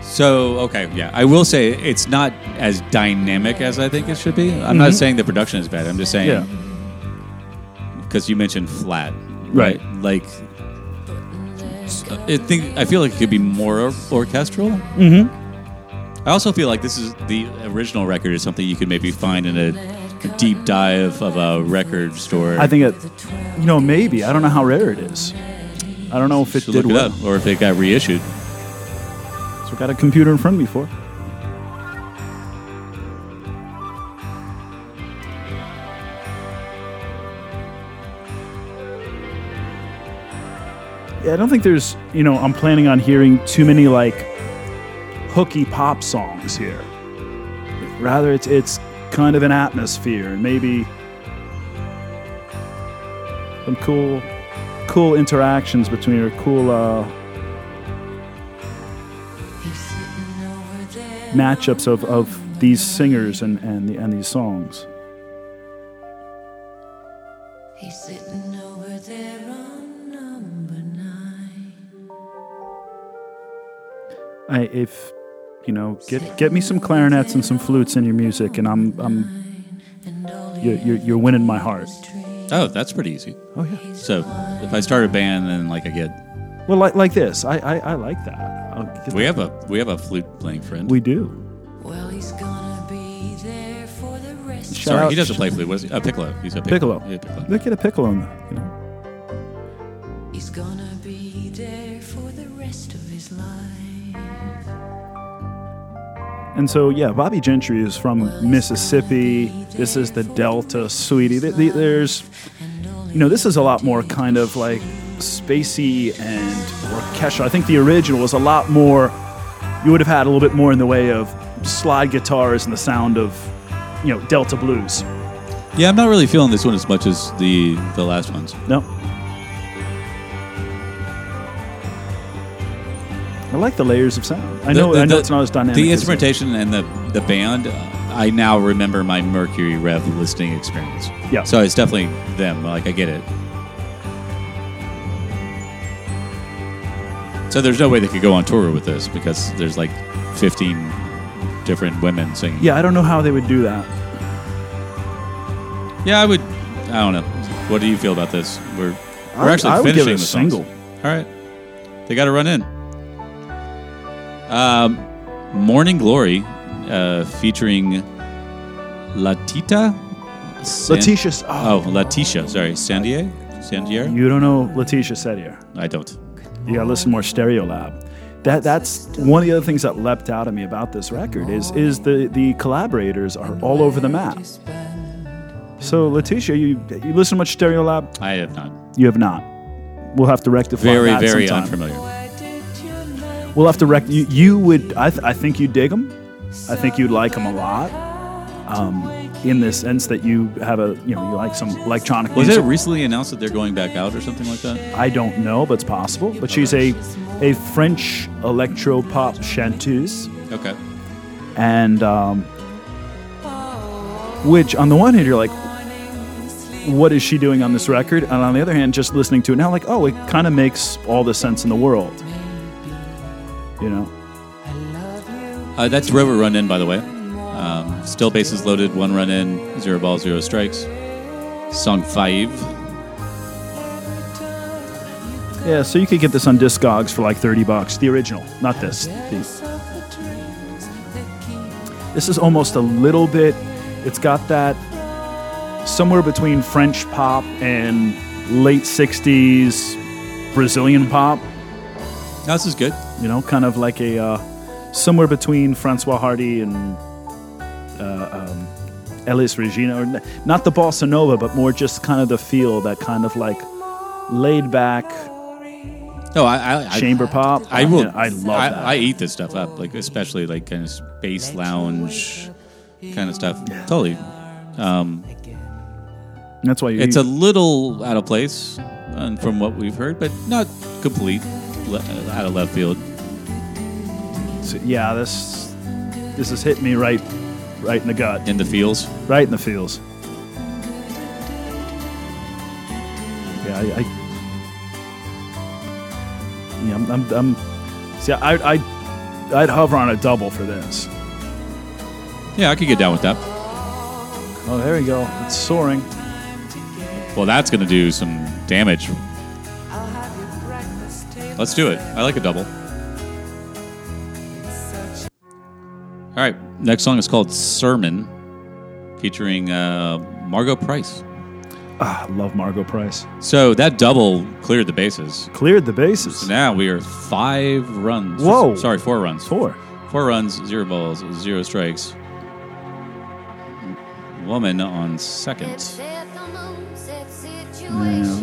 Speaker 1: So okay, yeah, I will say it's not as dynamic as I think it should be. I'm not saying the production is bad. I'm just
Speaker 2: Mm-hmm. Yeah.
Speaker 1: saying because you mentioned flat,
Speaker 2: Right.
Speaker 1: Like, I think I feel like it could be more or- orchestral. Mm-hmm.
Speaker 2: Mm-hmm.
Speaker 1: I also feel like this is the original record is something you could maybe find in a, a deep dive of a record store.
Speaker 2: I think it, you know, maybe. I don't know how rare it is. I don't know if
Speaker 1: you
Speaker 2: it
Speaker 1: should
Speaker 2: did
Speaker 1: look it
Speaker 2: well.
Speaker 1: up, or if it got reissued.
Speaker 2: So I've got a computer in front of me for. it. Yeah, I don't think there's, you know, I'm planning on hearing too many like hooky pop songs here. Rather, it's it's kind of an atmosphere and maybe some cool cool interactions between or cool uh,
Speaker 3: He's sitting over there.
Speaker 2: matchups of, of these singers and, and, the, and these songs.
Speaker 3: He's sitting over there on number nine.
Speaker 2: I, if you know, get get me some clarinets and some flutes in your music, and I'm I'm
Speaker 3: And all he
Speaker 2: you're you're, you're winning my heart.
Speaker 3: dreams.
Speaker 1: Oh, that's pretty easy.
Speaker 2: Oh yeah.
Speaker 1: So if I start a band, then like I get
Speaker 2: Well, like like this, I I, I like that. I'll get
Speaker 1: we
Speaker 2: that.
Speaker 1: have a we have a flute playing friend.
Speaker 2: we do.
Speaker 3: Well, he's gonna be there for the rest
Speaker 2: Shout
Speaker 1: Sorry,
Speaker 2: out-
Speaker 1: he doesn't play flute. What is he? A piccolo. He's a piccolo.
Speaker 2: Piccolo.
Speaker 1: Yeah, piccolo.
Speaker 2: Look at a piccolo in that. You know.
Speaker 3: He's gonna be there for the rest of his life.
Speaker 2: And so yeah, Bobby Gentry is from Mississippi. This is the Delta, sweetie. Th- th- There's
Speaker 3: And all
Speaker 2: You know, this is a lot more kind of like spacey and orchestral. I think the original was a lot more. You would have had a little bit more in the way of slide guitars and the sound of, you know, Delta blues.
Speaker 1: Yeah, I'm not really feeling this one as much as the the last ones.
Speaker 2: No. I like the layers of sound. I know.
Speaker 1: the,
Speaker 2: I know
Speaker 1: the-
Speaker 2: it's not as dynamic.
Speaker 1: The
Speaker 2: as-
Speaker 1: instrumentation and the the band. uh, I now remember my Mercury Rev listening experience.
Speaker 2: Yeah.
Speaker 1: So it's definitely them. Like I get it. So there's no way they could go on tour with this because there's like 15 different women singing.
Speaker 2: yeah, I don't know how they would do that.
Speaker 1: Yeah, I would. I don't know. What do you feel about this? We're
Speaker 2: I
Speaker 1: we're
Speaker 2: would-
Speaker 1: actually
Speaker 2: I would give
Speaker 1: finishing
Speaker 2: it
Speaker 1: the
Speaker 2: a
Speaker 1: songs.
Speaker 2: single.
Speaker 1: All right, they got to run in. Um, Morning Glory, uh, featuring Latita? San-
Speaker 2: Letitia. S- Oh,
Speaker 1: Oh, Letitia. Sorry. Sandier? Sandier?
Speaker 2: you don't know Letitia Setier.
Speaker 1: I don't.
Speaker 2: You gotta listen more Stereo Lab. That that's one of the other things that leapt out at me about this record is is the the collaborators are all over the map. So Letitia, you you listen to much Stereo Lab?
Speaker 1: I have not.
Speaker 2: You have not. We'll have to rectify
Speaker 1: Very,
Speaker 2: that
Speaker 1: very
Speaker 2: sometime.
Speaker 1: unfamiliar.
Speaker 2: We'll have to rec. You, you would. I, th- I think you dig them. I think you like them a lot. Um, in the sense that you have a you know you like some electronic
Speaker 1: Was it
Speaker 2: music.
Speaker 1: recently announced that they're going back out or something like that?
Speaker 2: I don't know, but it's possible. But she's a a French electro pop chanteuse,
Speaker 1: Okay.
Speaker 2: and um, which on the one hand you're like, what is she doing on this record? And on the other hand, just listening to it now, like, oh, it kind of makes all the sense in the world. You know.
Speaker 1: Uh, that's Rover Run In, by the way. Um, still bases loaded, one run in, zero balls, zero strikes. Song five.
Speaker 2: Yeah, so you could get this on Discogs for like 30 bucks. The original, not this. The- This is almost a little bit, it's got that somewhere between French pop and late 60s Brazilian pop,
Speaker 1: No, this is good.
Speaker 2: you know, kind of like a uh, somewhere between Francois Hardy and uh, um, Elis Regina, or n- not the bossa nova, but more just kind of the feel, that kind of like laid back
Speaker 1: No, I. I, I
Speaker 2: chamber pop.
Speaker 1: I will.
Speaker 2: mean, I love
Speaker 1: I,
Speaker 2: that.
Speaker 1: I eat this stuff up, like especially like kind of space lounge kind of stuff. Totally. Um,
Speaker 2: That's why you,
Speaker 1: it's a little out of place um, from what we've heard, but not complete le- uh, out of left field.
Speaker 2: yeah. This this has hit me right right in the gut,
Speaker 1: In the fields,
Speaker 2: right in the feels. Yeah, I. I yeah, I'm, I'm, I'm. See, I, I, I'd hover on a double for this.
Speaker 1: yeah, I could get down with that.
Speaker 2: Oh, there we go. It's soaring.
Speaker 1: Well, that's going to do some damage. Let's do it. I like a double. All right. Next song is called Sermon, featuring uh, Margot Price.
Speaker 2: Ah, love Margot Price.
Speaker 1: So that double cleared the bases.
Speaker 2: Cleared the bases.
Speaker 1: Now we are five runs.
Speaker 2: Whoa.
Speaker 1: Sorry, four runs.
Speaker 2: Four.
Speaker 1: Four runs, zero balls, zero strikes. Woman on second.
Speaker 2: Yeah,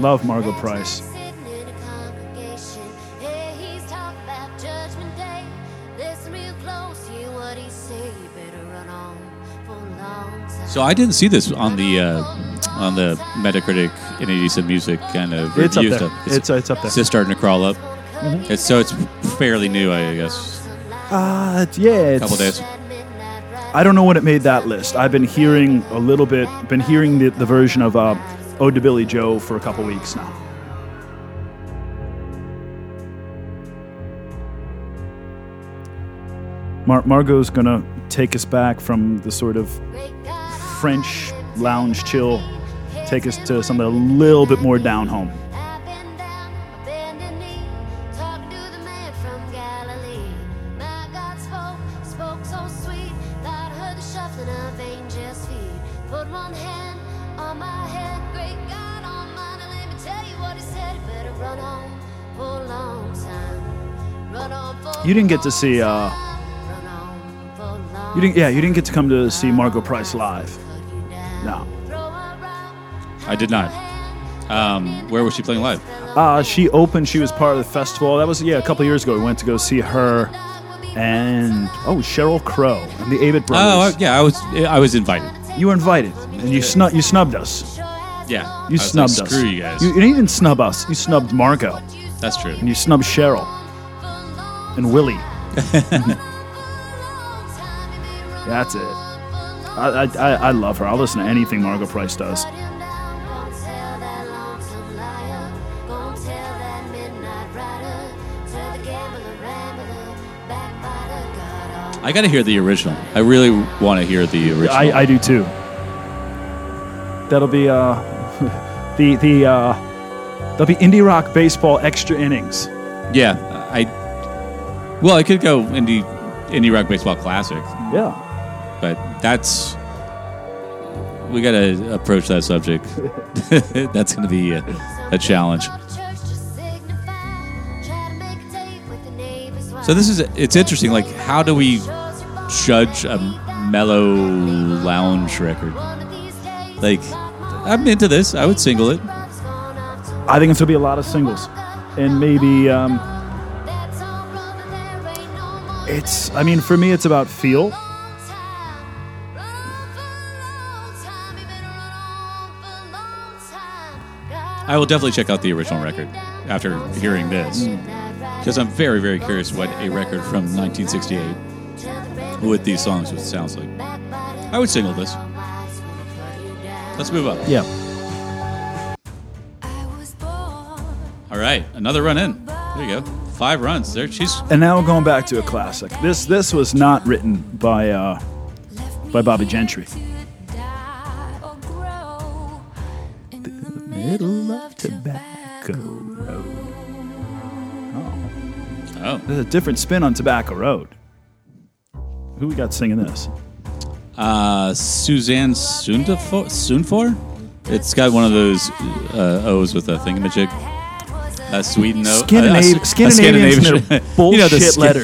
Speaker 2: love Margot Price.
Speaker 1: So I didn't see this on the uh, on the Metacritic Any Decent Music kind of
Speaker 2: It's up
Speaker 1: review
Speaker 2: there.
Speaker 1: stuff.
Speaker 2: It's- it's up there.
Speaker 1: It's just starting to crawl up. It's, so it's fairly new, I guess.
Speaker 2: Ah, it's- yeah. It's,
Speaker 1: couple days.
Speaker 2: I don't know when it made that list. I've been hearing a little bit, been hearing the, the version of uh, Ode to Billy Joe for a couple weeks now. Mar- Margot's gonna take us back from the sort of French lounge chill, take us to something a little bit more down home.
Speaker 4: You didn't get to see uh
Speaker 2: You didn't, yeah, you didn't get to come to see Margot Price live. No.
Speaker 1: I did not. Um, where was she playing live?
Speaker 2: Uh, she opened. She was part of the festival. That was yeah, a couple years ago. We went to go see her, and oh, Cheryl Crow and the Abbott
Speaker 1: Oh,
Speaker 2: Brothers.
Speaker 1: I- yeah, I was I was invited.
Speaker 2: You were invited, and you snu- you snubbed us.
Speaker 1: Yeah,
Speaker 2: You
Speaker 1: I was like,
Speaker 2: snubbed us.
Speaker 1: Screw you guys.
Speaker 2: You, didn't even snub us. You snubbed Margot,
Speaker 1: That's true.
Speaker 2: and you snubbed Cheryl, and Willie. That's it. I, I, I, I love her. I'll listen to anything Margot Price does.
Speaker 1: I got to hear the original. I really want to hear the original.
Speaker 2: I, I do too. That'll be uh, the the uh, there'll be indie rock baseball extra innings.
Speaker 1: yeah, I. Well, I could go indie indie rock baseball classic,
Speaker 2: Yeah.
Speaker 1: but that's we gotta approach that subject. That's gonna be a, a challenge. So this is it's interesting. Like, how do we judge a mellow lounge record? Like, I'm into this. I would single it.
Speaker 2: I think it's gonna be a lot of singles, and maybe um, it's. oh. I mean, for me, it's about feel.
Speaker 1: I will definitely check out the original record after hearing this
Speaker 2: Mm.
Speaker 1: because I'm very, very curious what a record from 1968 with these songs would sounds like. I would single this. Let's move up.
Speaker 2: Yeah.
Speaker 1: All right, another run in. There you go. Five runs. There, she's
Speaker 2: And now going back to a classic. This this was not written by uh, by Bobby Gentry. Middle of Tobacco Road.
Speaker 1: oh,
Speaker 2: There's a different spin on Tobacco Road. Who we got singing this?
Speaker 1: uh, Suzanne Sundafo- Sundfor. It's got one of those uh, O's with a thingamajig. A Sweden O.
Speaker 2: Scandinav-
Speaker 1: a- a- a
Speaker 2: Scandinavians and their
Speaker 1: you know, the
Speaker 2: bullshit
Speaker 1: Sc-
Speaker 2: letters.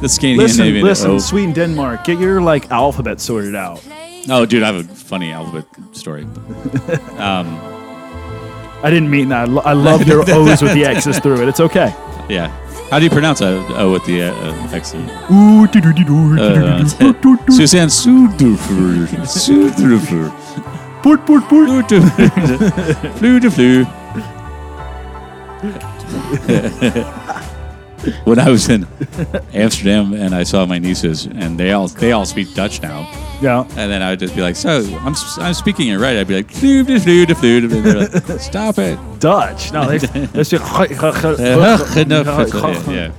Speaker 1: the Scandinavian
Speaker 2: Listen, listen,
Speaker 1: O.
Speaker 2: Sweden, Denmark, get your like alphabet sorted out.
Speaker 1: Oh, dude, I have a funny alphabet story.
Speaker 2: I didn't mean that. I, lo- I love your O's with the X's through it. It's okay.
Speaker 1: Yeah. How do you pronounce a O with the uh, uh, accent?
Speaker 2: Ooh, doo-doo-doo-doo,
Speaker 1: Uh,
Speaker 2: doo-doo-doo, doo-doo-doo.
Speaker 1: Suzanne Sudrufer. Sudrufer.
Speaker 2: Boot, boot, boot.
Speaker 1: Flu to flu. to flu. when I was in Amsterdam and I saw my nieces and they all they all speak Dutch now.
Speaker 2: Yeah.
Speaker 1: And then I would just be like, so I'm, s- I'm speaking it right. I'd be like, flu to flu to flu. to flu." They're like, Stop it.
Speaker 2: Dutch. No, they, they say
Speaker 1: yeah.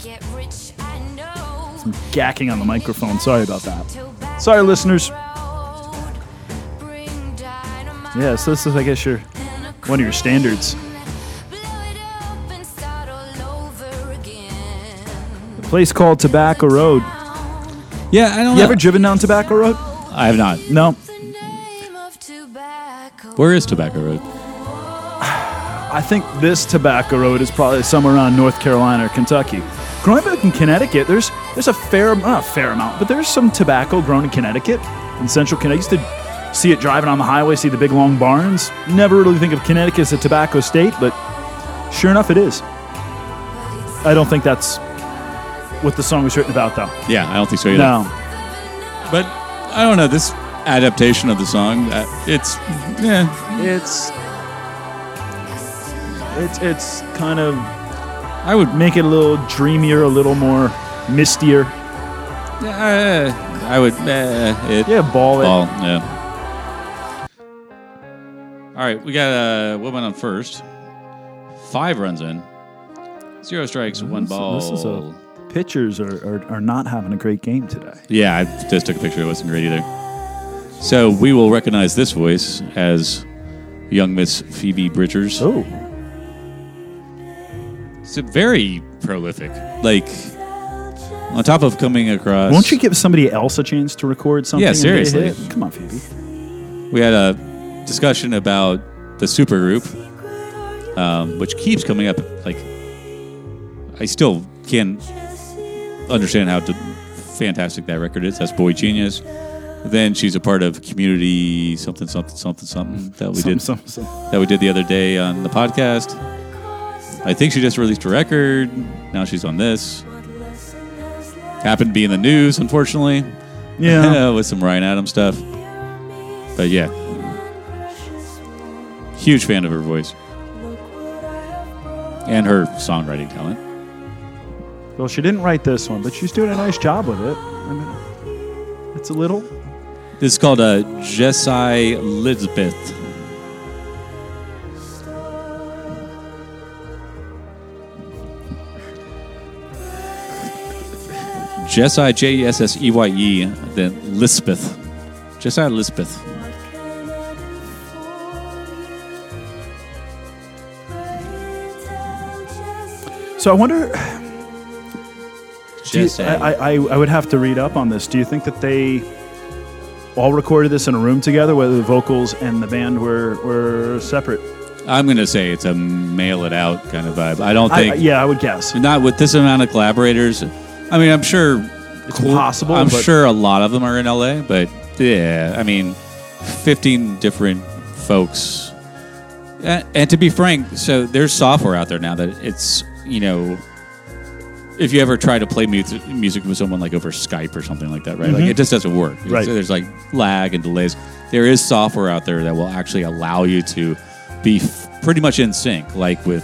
Speaker 2: gacking on the microphone. Sorry about that. Sorry, listeners. Yeah, so this is, I guess, your one of your standards. A place called Tobacco Road. You
Speaker 1: Yeah, I don't know.
Speaker 2: ever driven down Tobacco Road?
Speaker 1: I have not.
Speaker 2: No.
Speaker 1: Where is Tobacco Road?
Speaker 2: I think this Tobacco Road is probably somewhere around North Carolina or Kentucky. Growing up in Connecticut, there's there's a fair not a fair amount, but there's some tobacco grown in Connecticut in central Connecticut. I used to see it driving on the highway, see the big long barns. Never really think of Connecticut as a tobacco state, but sure enough, it is. I don't think that's what the song was written about, though.
Speaker 1: Yeah, I don't think so either.
Speaker 2: No,
Speaker 1: But I don't know. This adaptation of the song, uh, it's, yeah,
Speaker 2: it's it's it's kind of
Speaker 1: I would
Speaker 2: make it a little dreamier, a little more mistier.
Speaker 1: Uh, I would. Uh, it,
Speaker 2: Yeah, ball it.
Speaker 1: Ball. Yeah. All right, we got a woman on first. Five runs in. Zero strikes, one ball.
Speaker 2: This is a pitchers are, are, are not having a great game today.
Speaker 1: yeah, I just took a picture. It wasn't great either. So we will recognize this voice as young Miss Phoebe Bridgers.
Speaker 2: Oh,
Speaker 1: It's a very prolific. Like, on top of coming across.
Speaker 2: won't you give somebody else a chance to record something?
Speaker 1: Yeah,
Speaker 2: and get a
Speaker 1: seriously.
Speaker 2: hit? Come on, Phoebe.
Speaker 1: we had a discussion about the supergroup, um, which keeps coming up. Like, I still can't understand how d fantastic that record is. That's Boy Genius. Then she's a part of Community something something something something that we
Speaker 2: Some,
Speaker 1: did
Speaker 2: some, some.
Speaker 1: that we did the other day on the podcast. I think she just released a record. Now she's on this. Happened to be in the news, unfortunately,
Speaker 2: Yeah.
Speaker 1: with some Ryan Adams stuff. But yeah, huge fan of her voice and her songwriting talent.
Speaker 2: well, she didn't write this one, but she's doing a nice job with it. I mean, it's a little.
Speaker 1: This is called uh, Jessai Lisbeth. Jessai, J E S S E Y E, then Lisbeth. Jessai Lisbeth.
Speaker 2: So I wonder. do you-
Speaker 1: Jessai.
Speaker 2: I, I I would have to read up on this. Do you think that they all recorded this in a room together, whether the vocals and the band were, were separate?
Speaker 1: I'm going to say it's a mail it out kind of vibe. I don't
Speaker 2: I,
Speaker 1: think.
Speaker 2: yeah, I would guess.
Speaker 1: Not with this amount of collaborators. I mean, I'm sure it's
Speaker 2: impossible,
Speaker 1: I'm
Speaker 2: but-
Speaker 1: sure a lot of them are in LA, but yeah, I mean, 15 different folks. And, and to be frank, so there's software out there now that it's you know, if you ever try to play music, music with someone like over Skype or something like that, right? Like it just doesn't work. It's-
Speaker 2: Right.
Speaker 1: There's like lag and delays. There is software out there that will actually allow you to be f- pretty much in sync, like with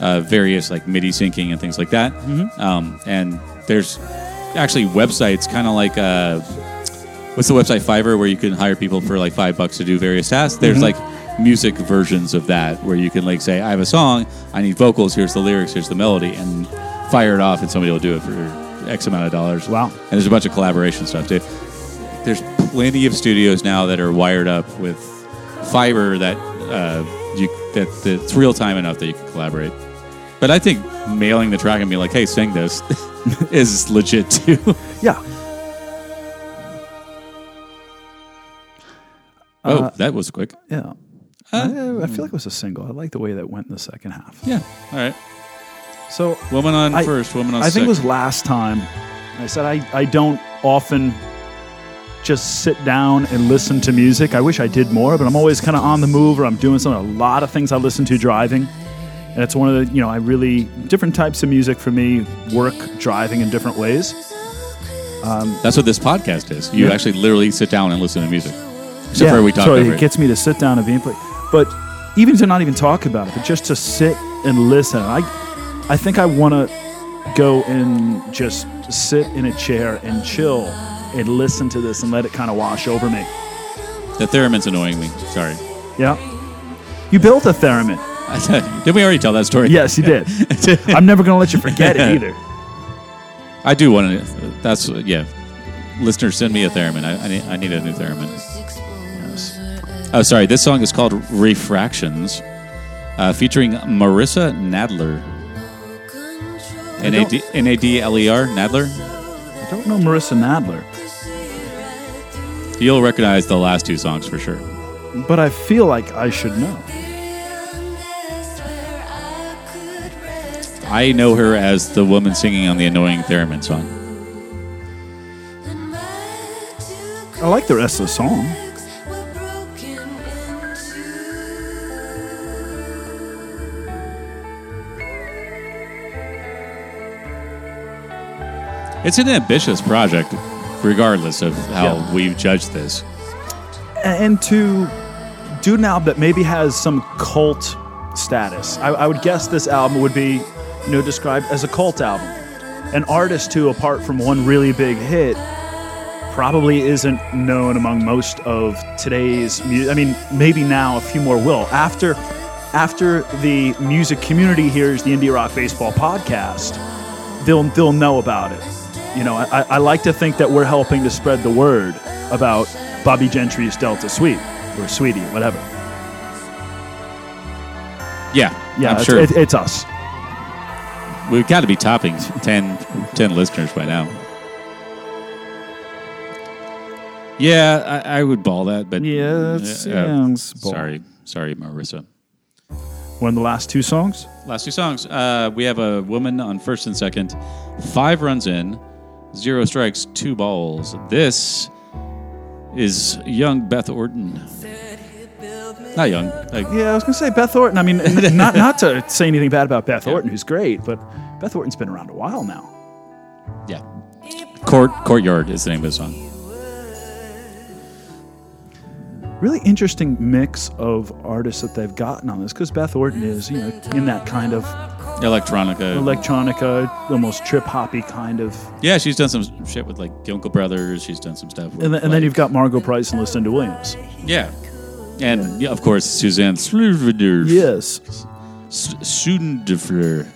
Speaker 1: uh, various like MIDI syncing and things like that. Um, and there's actually websites, kind of like uh, what's the website Fiverr, where you can hire people for like five bucks to do various tasks. There's like music versions of that where you can like say, I have a song, I need vocals, here's the lyrics, here's the melody, and fire it off, and somebody will do it for X amount of dollars.
Speaker 2: Wow.
Speaker 1: And there's a bunch of collaboration stuff too. There's plenty of studios now that are wired up with fiber that uh, you that that's real time enough that you can collaborate. But I think mailing the track and being like, "Hey, sing this," is legit too.
Speaker 2: Yeah.
Speaker 1: oh, that was quick.
Speaker 2: Yeah. I, I feel like it was a single. I like the way that went in the second half.
Speaker 1: Yeah. All right.
Speaker 2: So
Speaker 1: Woman on
Speaker 2: I-
Speaker 1: first, woman on
Speaker 2: I
Speaker 1: second.
Speaker 2: think it was last time. I said I, I don't often just sit down and listen to music. I wish I did more, but I'm always kind of on the move or I'm doing something. A lot of things I listen to driving. And it's one of the, you know, I really, different types of music for me work driving in different ways.
Speaker 1: That's what this podcast is. You
Speaker 2: Yeah.
Speaker 1: actually literally sit down and listen to music. Except
Speaker 2: yeah,
Speaker 1: for we talk
Speaker 2: so
Speaker 1: over
Speaker 2: it
Speaker 1: it.
Speaker 2: gets me to sit down and be in play. But even to not even talk about it, but just to sit and listen. I, I think I want to go and just sit in a chair and chill and listen to this and let it kind of wash over me.
Speaker 1: the theremin's annoying me. Sorry.
Speaker 2: Yeah. You built a theremin.
Speaker 1: did we already tell that story?
Speaker 2: Yes, you did. I'm never going to let you forget it either.
Speaker 1: I do want to. That's yeah. Listeners, send me a theremin. I, I, need, I need a new theremin. Oh, sorry. This song is called "Refractions," uh, featuring Marissa Nadler. N a d n a d l e r Nadler.
Speaker 2: I don't know Marissa Nadler,
Speaker 1: You'll recognize the last two songs for sure.
Speaker 2: but I feel like I should know.
Speaker 1: I know her as the woman singing on the annoying theremin song.
Speaker 2: I like the rest of the song.
Speaker 1: It's an ambitious project, regardless of how we've judged this.
Speaker 2: and to do an album that maybe has some cult status. I, I would guess this album would be, you know, described as a cult album. An artist who, apart from one really big hit, probably isn't known among most of today's music. I mean, maybe now a few more will. After, after the music community hears the Indie Rock Baseball podcast, they'll they'll know about it. You know, I, I like to think that we're helping to spread the word about Bobby Gentry's Delta Sweet or Sweetie, whatever.
Speaker 1: Yeah,
Speaker 2: Yeah,
Speaker 1: I'm
Speaker 2: it's,
Speaker 1: sure
Speaker 2: it- it's us.
Speaker 1: we've got to be topping 10, 10 listeners by now. Yeah, I, I would ball that, but
Speaker 2: Yeah, it's-
Speaker 1: Uh, uh,
Speaker 2: yeah, it's ball.
Speaker 1: sorry, sorry, Marissa.
Speaker 2: One of the last two songs.
Speaker 1: Last two songs. Uh, we have a woman on first and second. Five runs in, zero strikes, two balls. This is young Beth Orton. Not young. Like,
Speaker 2: Yeah, I was gonna say Beth Orton. I mean, n- not not to say anything bad about Beth Orton, who's great, but Beth Orton's been around a while now.
Speaker 1: yeah. Court Courtyard is the name of the song.
Speaker 2: Really interesting mix of artists that they've gotten on this, because Beth Orton is, you know, in that kind of
Speaker 1: Electronica.
Speaker 2: electronica, almost trip hoppy kind of.
Speaker 1: Yeah, she's done some shit with like the Uncle Brothers. She's done some stuff. With,
Speaker 2: And, then and then
Speaker 1: like-
Speaker 2: you've got Margot Price and Lucinda Williams.
Speaker 1: yeah, and yeah, of course Suzanne Sluder.
Speaker 2: Yes,
Speaker 1: Sudendifler.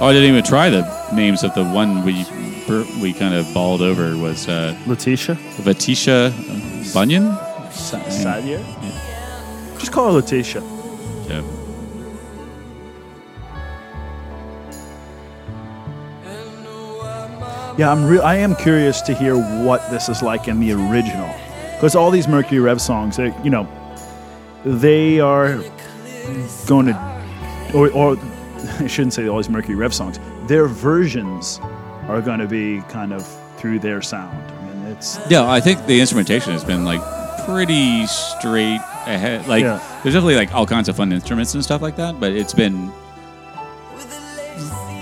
Speaker 1: Oh, I didn't even try the names of the one we bur- we kind of balled over was uh,
Speaker 2: Letitia.
Speaker 1: Vatisha Bunyan.
Speaker 2: Sadia. Just call her Letitia.
Speaker 1: Yeah.
Speaker 2: Yeah, I'm real. I am curious to hear what this is like in the original, because all these Mercury Rev songs, they, you know, they are going to, or, or I shouldn't say all these Mercury Rev songs. Their versions are going to be kind of through their sound. I mean, it's
Speaker 1: Yeah, I think the instrumentation has been like pretty straight ahead. Like,
Speaker 2: Yeah.
Speaker 1: there's definitely like all kinds of fun instruments and stuff like that, but it's been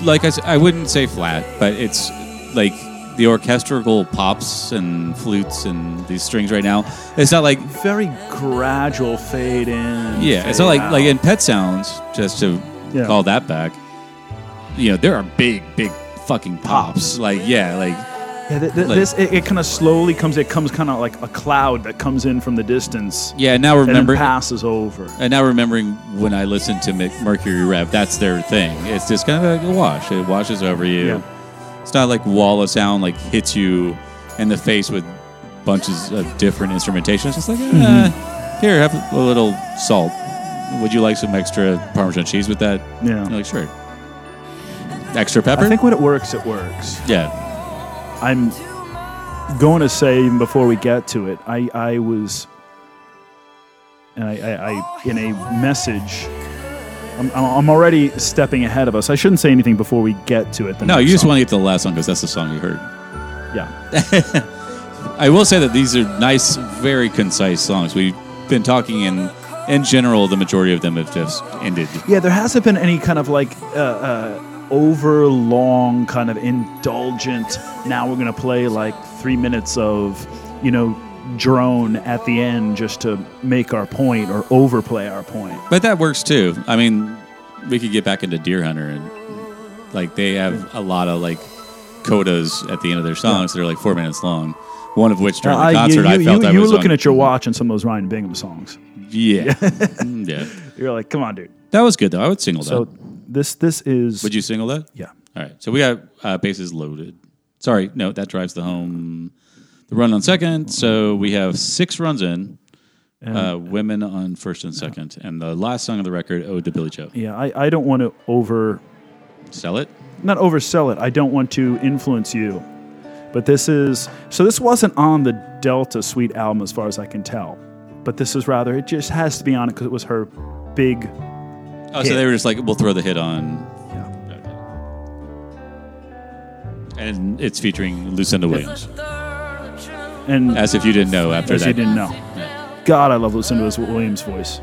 Speaker 1: like I, s- I wouldn't say flat, but it's like the orchestral pops and flutes and these strings right now. It's not like
Speaker 2: very gradual fade in.
Speaker 1: yeah, it's not
Speaker 2: fade
Speaker 1: like like
Speaker 2: out.
Speaker 1: in Pet Sounds just to
Speaker 2: Yeah.
Speaker 1: call that back. You know, there are big, big fucking pops. Like yeah, like
Speaker 2: Yeah, th- th-
Speaker 1: like-
Speaker 2: this it, it kind of slowly comes. It comes kind of like a cloud that comes in from the distance
Speaker 1: yeah. Now
Speaker 2: and
Speaker 1: remember,
Speaker 2: then passes over.
Speaker 1: And now remembering when I listen to Mc- Mercury Rev, that's their thing. It's just kind of like a wash. It washes over you.
Speaker 2: Yeah.
Speaker 1: It's not like wall of sound like hits you in the face with bunches of different instrumentation. It's just like,
Speaker 2: Mm-hmm.
Speaker 1: eh, here, have a little salt. Would you like some extra Parmesan cheese with that?
Speaker 2: Yeah.
Speaker 1: You're like, sure. Extra pepper?
Speaker 2: I think when it works, it works.
Speaker 1: yeah.
Speaker 2: I'm going to say even before we get to it, I, I was, and I, I, I in a message. I'm, I'm already stepping ahead of us. I shouldn't say anything before we get to it. the
Speaker 1: No,
Speaker 2: next
Speaker 1: you just
Speaker 2: song.
Speaker 1: want to get to the last song because that's the song you heard.
Speaker 2: Yeah,
Speaker 1: I will say that these are nice, very concise songs. We've been talking in in general, the majority of them have just ended.
Speaker 2: yeah. There hasn't been any kind of like uh, uh, over long, kind of indulgent. Now we're gonna play like three minutes of, you know, drone at the end just to make our point or overplay our point.
Speaker 1: But that works too. I mean, we could get back into Deer Hunter and like they have a lot of like codas at the end of their songs that are like four minutes long. One of which during
Speaker 2: Uh,
Speaker 1: the
Speaker 2: you-
Speaker 1: concert
Speaker 2: you,
Speaker 1: I felt
Speaker 2: you,
Speaker 1: I
Speaker 2: you
Speaker 1: was
Speaker 2: were looking
Speaker 1: on-
Speaker 2: at your watch and some of those Ryan Bingham songs.
Speaker 1: yeah, Mm, yeah.
Speaker 2: You're like, come on, dude.
Speaker 1: That was good though. I would single
Speaker 2: So
Speaker 1: that.
Speaker 2: this this is
Speaker 1: Would you single that?
Speaker 2: yeah
Speaker 1: All right. So we got uh, bases loaded. Sorry, no, that drives the home the run on second. So we have six runs in. Uh, women on first and second, and the last song of the record, "Ode to Billy Joe."
Speaker 2: yeah. I, I don't want to over
Speaker 1: Sell it.
Speaker 2: not oversell it. I don't want to influence you. But this is so this wasn't on the Delta Suite album as far as I can tell. But this is rather it just has to be on it because it was her big.
Speaker 1: Oh, so
Speaker 2: Hit.
Speaker 1: they were just like, "We'll throw the hit on
Speaker 2: Yeah.
Speaker 1: And it's featuring Lucinda Williams.
Speaker 2: And
Speaker 1: As if you didn't know after
Speaker 2: as
Speaker 1: that.
Speaker 2: you didn't know, God, I love listening to Williams' voice.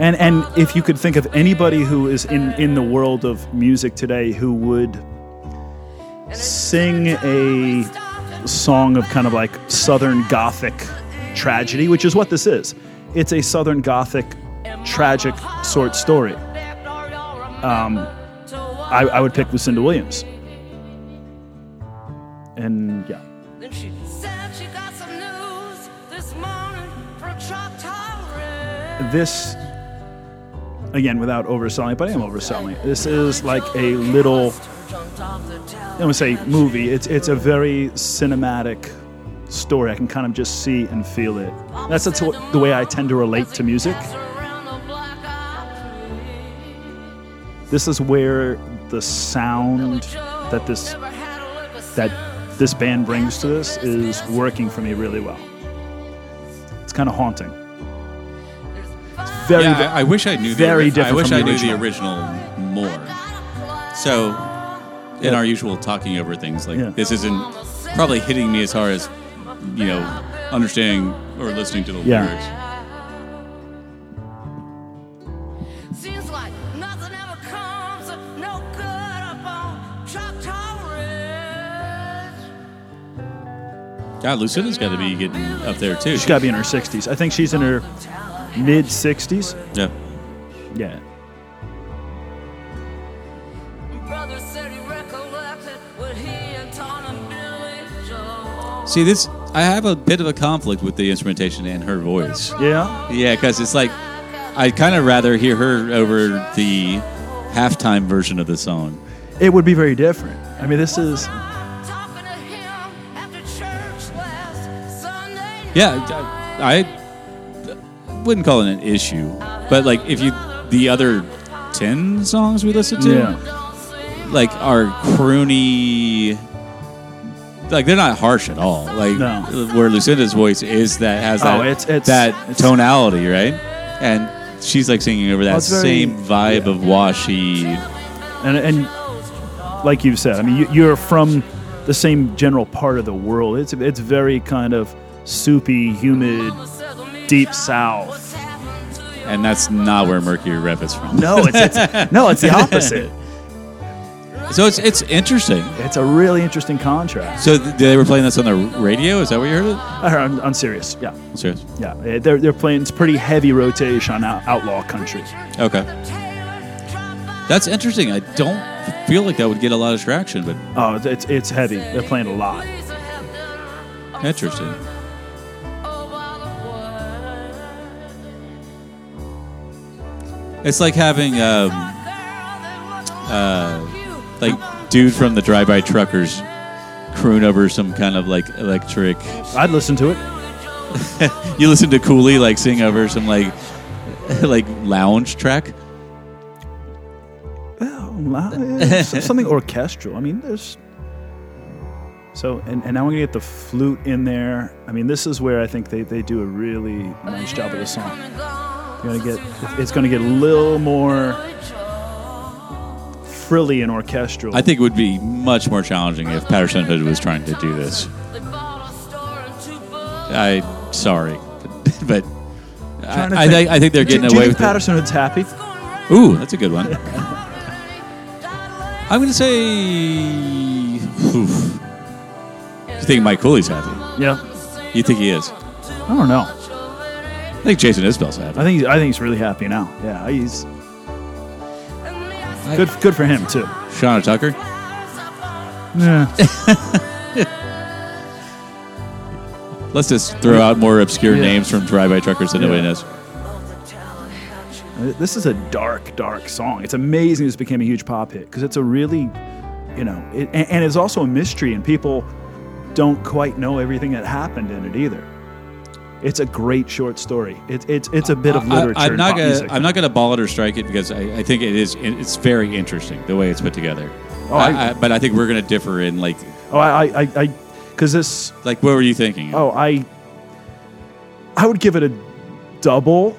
Speaker 2: And and if you could think of anybody who is in in the world of music today who would sing a song of kind of like southern gothic tragedy, which is what this is. It's a southern gothic tragic sort story. Um, I, I would pick Lucinda Williams. And yeah,
Speaker 5: Then she said she got some news this morning from Chotow
Speaker 2: this again without overselling, it, but I am overselling. it. This is like a little
Speaker 5: Jumped off the tower.
Speaker 2: I would say movie. It's it's a very cinematic story. I can kind of just see and feel it. That's that's what, the way I tend to relate to music.
Speaker 5: Around the black eye,
Speaker 2: This is where the sound that this
Speaker 5: never had a lick of
Speaker 2: that
Speaker 5: sense.
Speaker 2: this band brings to this is working for me really well. It's kind of haunting. It's very
Speaker 1: Yeah, I, I wish I knew.
Speaker 2: Very
Speaker 1: the, ori-
Speaker 2: different
Speaker 1: I wish
Speaker 2: from
Speaker 1: I
Speaker 2: the
Speaker 1: knew the original more. So, in our usual talking over things, like
Speaker 2: Yeah.
Speaker 1: this isn't probably hitting me as hard as you know understanding or listening to the
Speaker 2: Yeah.
Speaker 1: lyrics.
Speaker 5: Seems like nothing ever comes of no good up on Choctaw Ridge.
Speaker 1: God, Lucinda's got to be getting up there too.
Speaker 2: she's got to be in her 60s. I think she's in her mid 60s.
Speaker 1: yeah.
Speaker 2: Yeah.
Speaker 5: Brother said he recollected what he and Tom and Billy Joe.
Speaker 1: See this, I have a bit of a conflict with the instrumentation and her voice.
Speaker 2: Yeah.
Speaker 1: Yeah, because it's like I'd kind of rather hear her over the halftime version of the song.
Speaker 2: It would be very different. I mean, this is
Speaker 5: Talking to him after church last Sunday night.
Speaker 1: Yeah, I I wouldn't call it an issue, but like if you the other ten songs we listened to,
Speaker 2: Yeah.
Speaker 1: like are croony. Like they're not harsh at all. Like
Speaker 2: No.
Speaker 1: where Lucinda's voice is that has that
Speaker 2: Oh, it's- it's-
Speaker 1: that
Speaker 2: it's-
Speaker 1: tonality, right? And she's like singing over that
Speaker 2: it's very-
Speaker 1: same vibe of washy.
Speaker 2: and and like you've said, I mean, you, you're from the same general part of the world. It's it's very kind of soupy, humid, deep south.
Speaker 1: And that's not where Mercury Rep is from.
Speaker 2: No, it's, it's no, it's the opposite.
Speaker 1: So it's it's interesting.
Speaker 2: It's a really interesting contrast.
Speaker 1: So th- they were playing this on the radio. Is that where you heard it?
Speaker 2: I- I'm, I'm serious. Yeah,
Speaker 1: Serious.
Speaker 2: yeah. Eh, They're they're playing. It's pretty heavy rotation on out- outlaw country.
Speaker 1: Okay. That's interesting. I don't feel like that would get a lot of traction, but
Speaker 2: Oh, it's- it's it's heavy. They're playing a lot.
Speaker 1: interesting. It's like having um, uh, like dude from the Drive By Truckers croon over some kind of like electric.
Speaker 2: I'd listen to it.
Speaker 1: You listen to Cooley like sing over some like like lounge track.
Speaker 2: Well, eh, so- something orchestral. I mean, there's. So, and, and now we're going to get the flute in there. I mean, this is where I think they, they do a really nice job of the song. You're gonna get, it's going to get a little more frilly and orchestral.
Speaker 1: I think it would be much more challenging if Patterson Hood was trying to do this. Uh, I sorry, but
Speaker 2: Trying to
Speaker 1: I, I, think, I think they're getting
Speaker 2: do, do you
Speaker 1: away with
Speaker 2: think Patterson Hood's happy.
Speaker 1: it. Ooh, that's a good one. I'm gonna say. Oof. You think Mike Cooley's happy?
Speaker 2: Yeah.
Speaker 1: You think he is?
Speaker 2: I don't know.
Speaker 1: I think Jason Isbell's
Speaker 2: I
Speaker 1: happy.
Speaker 2: think I think he's really happy now. Yeah, he's
Speaker 1: I-
Speaker 2: good. Good for him too.
Speaker 1: Shauna Tucker.
Speaker 2: Yeah.
Speaker 1: Let's just throw out more obscure
Speaker 2: Yeah.
Speaker 1: names from Drive By Truckers that nobody
Speaker 2: Yeah.
Speaker 1: knows.
Speaker 2: This is a dark, dark song. It's amazing this became a huge pop hit because it's a really, you know, it, and, and it's also a mystery, and people don't quite know everything that happened in it either. It's a great short story. It's it's it's a bit of literature.
Speaker 1: I,
Speaker 2: in
Speaker 1: am not
Speaker 2: pop
Speaker 1: gonna
Speaker 2: music.
Speaker 1: I'm not gonna ball it or strike it because I, I think it is it's very interesting the way it's put together.
Speaker 2: Oh, I-
Speaker 1: I, I, but I think we're gonna differ in like
Speaker 2: Oh, I I I because this.
Speaker 1: like what were you thinking?
Speaker 2: Oh, I I would give it a double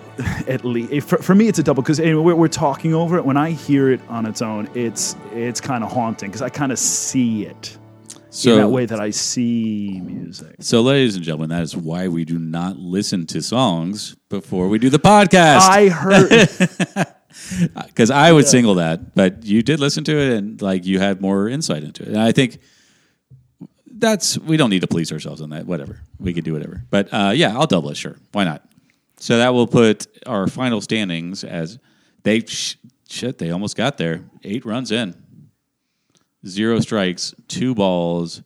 Speaker 2: at least. For, for me, it's a double because we're, we're talking over it. When I hear it on its own, it's it's kind of haunting because I kind of see it.
Speaker 1: so
Speaker 2: in that way that I see music.
Speaker 1: so ladies and gentlemen, that is why we do not listen to songs before we do the podcast.
Speaker 2: I heard.
Speaker 1: Because I, would single that, but you did listen to it and like you had more insight into it. And I think that's we don't need to police ourselves on that. Whatever. We could do whatever. But uh, yeah, I'll double it, sure. Why not? So that will put our final standings as they sh- shit, they almost got there. Eight runs in. Zero strikes, two balls.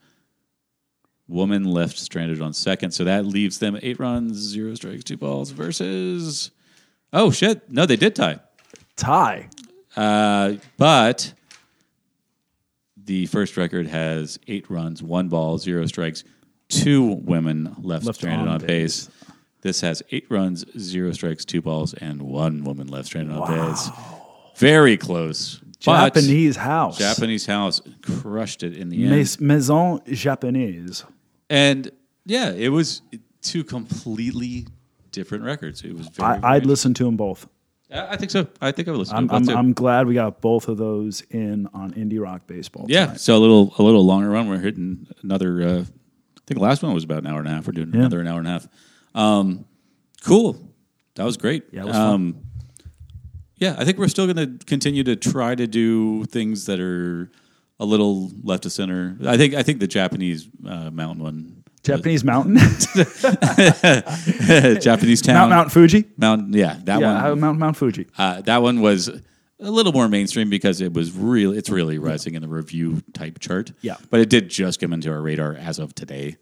Speaker 1: Woman left stranded on second. So that leaves them eight runs, zero strikes, two balls versus Oh shit. No, they did tie.
Speaker 2: tie.
Speaker 1: Uh, but the first record has eight runs, one ball, zero strikes, two women left,
Speaker 2: Left
Speaker 1: stranded
Speaker 2: on
Speaker 1: on base. This has eight runs, zero strikes, two balls, and one woman left stranded on base. Very close. But
Speaker 2: Japanese house.
Speaker 1: Japanese house crushed it in the end.
Speaker 2: Mais, maison japonaise.
Speaker 1: And yeah, it was two completely different records. It was very.
Speaker 2: I, I'd
Speaker 1: very-
Speaker 2: listen to them both.
Speaker 1: I I think so. I think I would listen
Speaker 2: I'm,
Speaker 1: to it.
Speaker 2: I'm, I'm glad we got both of those in on indie rock baseball.
Speaker 1: Yeah,
Speaker 2: tonight.
Speaker 1: so a little a little longer run. We're hitting another. Uh, I think the last one was about an hour and a half. We're doing another an hour and a half. Um, cool. That was great.
Speaker 2: Yeah, it was fun.
Speaker 1: um, yeah. I think we're still going to continue to try to do things that are a little left of center. I think I think the Japanese uh, mountain one,
Speaker 2: Japanese mountain,
Speaker 1: Japanese town,
Speaker 2: Mount Mount Fuji.
Speaker 1: mountain. Yeah, that
Speaker 2: Yeah,
Speaker 1: one.
Speaker 2: uh, Mount Mount Fuji.
Speaker 1: Uh, that one was a little more mainstream because it was really it's really rising in the review type chart.
Speaker 2: Yeah.
Speaker 1: but it did just come into our radar as of today.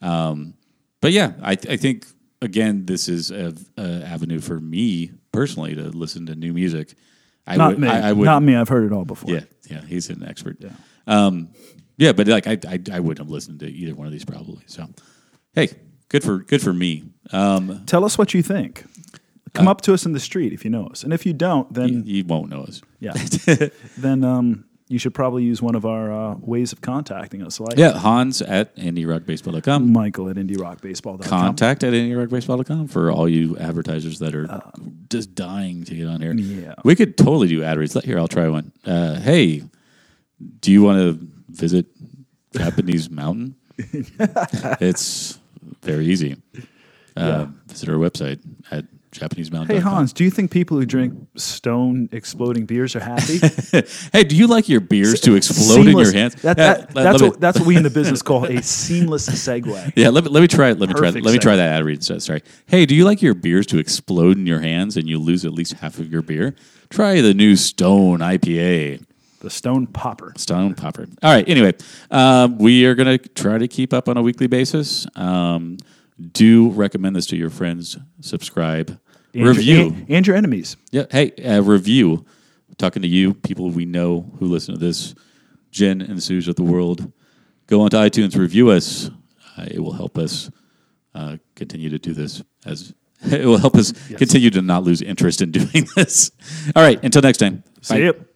Speaker 1: Um, but yeah, I, I think again this is a, a avenue for me personally to listen to new music. I
Speaker 2: Not
Speaker 1: would,
Speaker 2: me.
Speaker 1: I, I would,
Speaker 2: Not me. I've heard it all before.
Speaker 1: Yeah, yeah, he's an expert. Yeah, um, yeah, but like I, I, I wouldn't have listened to either one of these probably. So, hey, good for good for me. Um,
Speaker 2: Tell us what you think. Come
Speaker 1: Uh,
Speaker 2: up to us in the street if you know us, and if you don't,
Speaker 1: You,
Speaker 2: then
Speaker 1: you won't know us.
Speaker 2: yeah, then um, you should probably use one of our uh, ways of contacting us, like
Speaker 1: Yeah, Hans at IndieRockBaseball.com.
Speaker 2: Michael at IndieRockBaseball.com.
Speaker 1: Contact at IndieRockBaseball.com for all you advertisers that are just dying to get on here.
Speaker 2: Uh, Yeah.
Speaker 1: We could totally do ad reads. Let- Here, I'll try one. Uh, hey, do you want to visit Japanese Mountain? it's very easy. Uh, Visit our website at JapaneseMountain.
Speaker 2: Hey Hans, do you think people who drink stone exploding beers are happy?
Speaker 1: Hey, do you like your beers to explode in your
Speaker 2: Seamless.
Speaker 1: hands?
Speaker 2: That-
Speaker 1: Yeah, let-
Speaker 2: that- that's,
Speaker 1: let
Speaker 2: what,
Speaker 1: me-
Speaker 2: that's what we in the business call a seamless segue.
Speaker 1: Yeah, let me, let me try it. Let me try.
Speaker 2: Perfect
Speaker 1: Let me try
Speaker 2: segue.
Speaker 1: that ad read. So- Sorry. Hey, do you like your beers to explode in your hands and you lose at least half of your beer? Try the new Stone IPA,
Speaker 2: The stone popper.
Speaker 1: Stone Popper. All right. Anyway, um, we are going to try to keep up on a weekly basis. Um, do recommend this to your friends. Subscribe.
Speaker 2: And your-
Speaker 1: review.
Speaker 2: and, and your enemies.
Speaker 1: Yeah. Hey, uh, review. Talking to you, people we know who listen to this, Jen and Suze of the world. Go onto iTunes, review us. Uh, it will help us uh, continue to do this. As it will help us continue to not lose interest in doing this. All right. Until next time.
Speaker 2: See ya.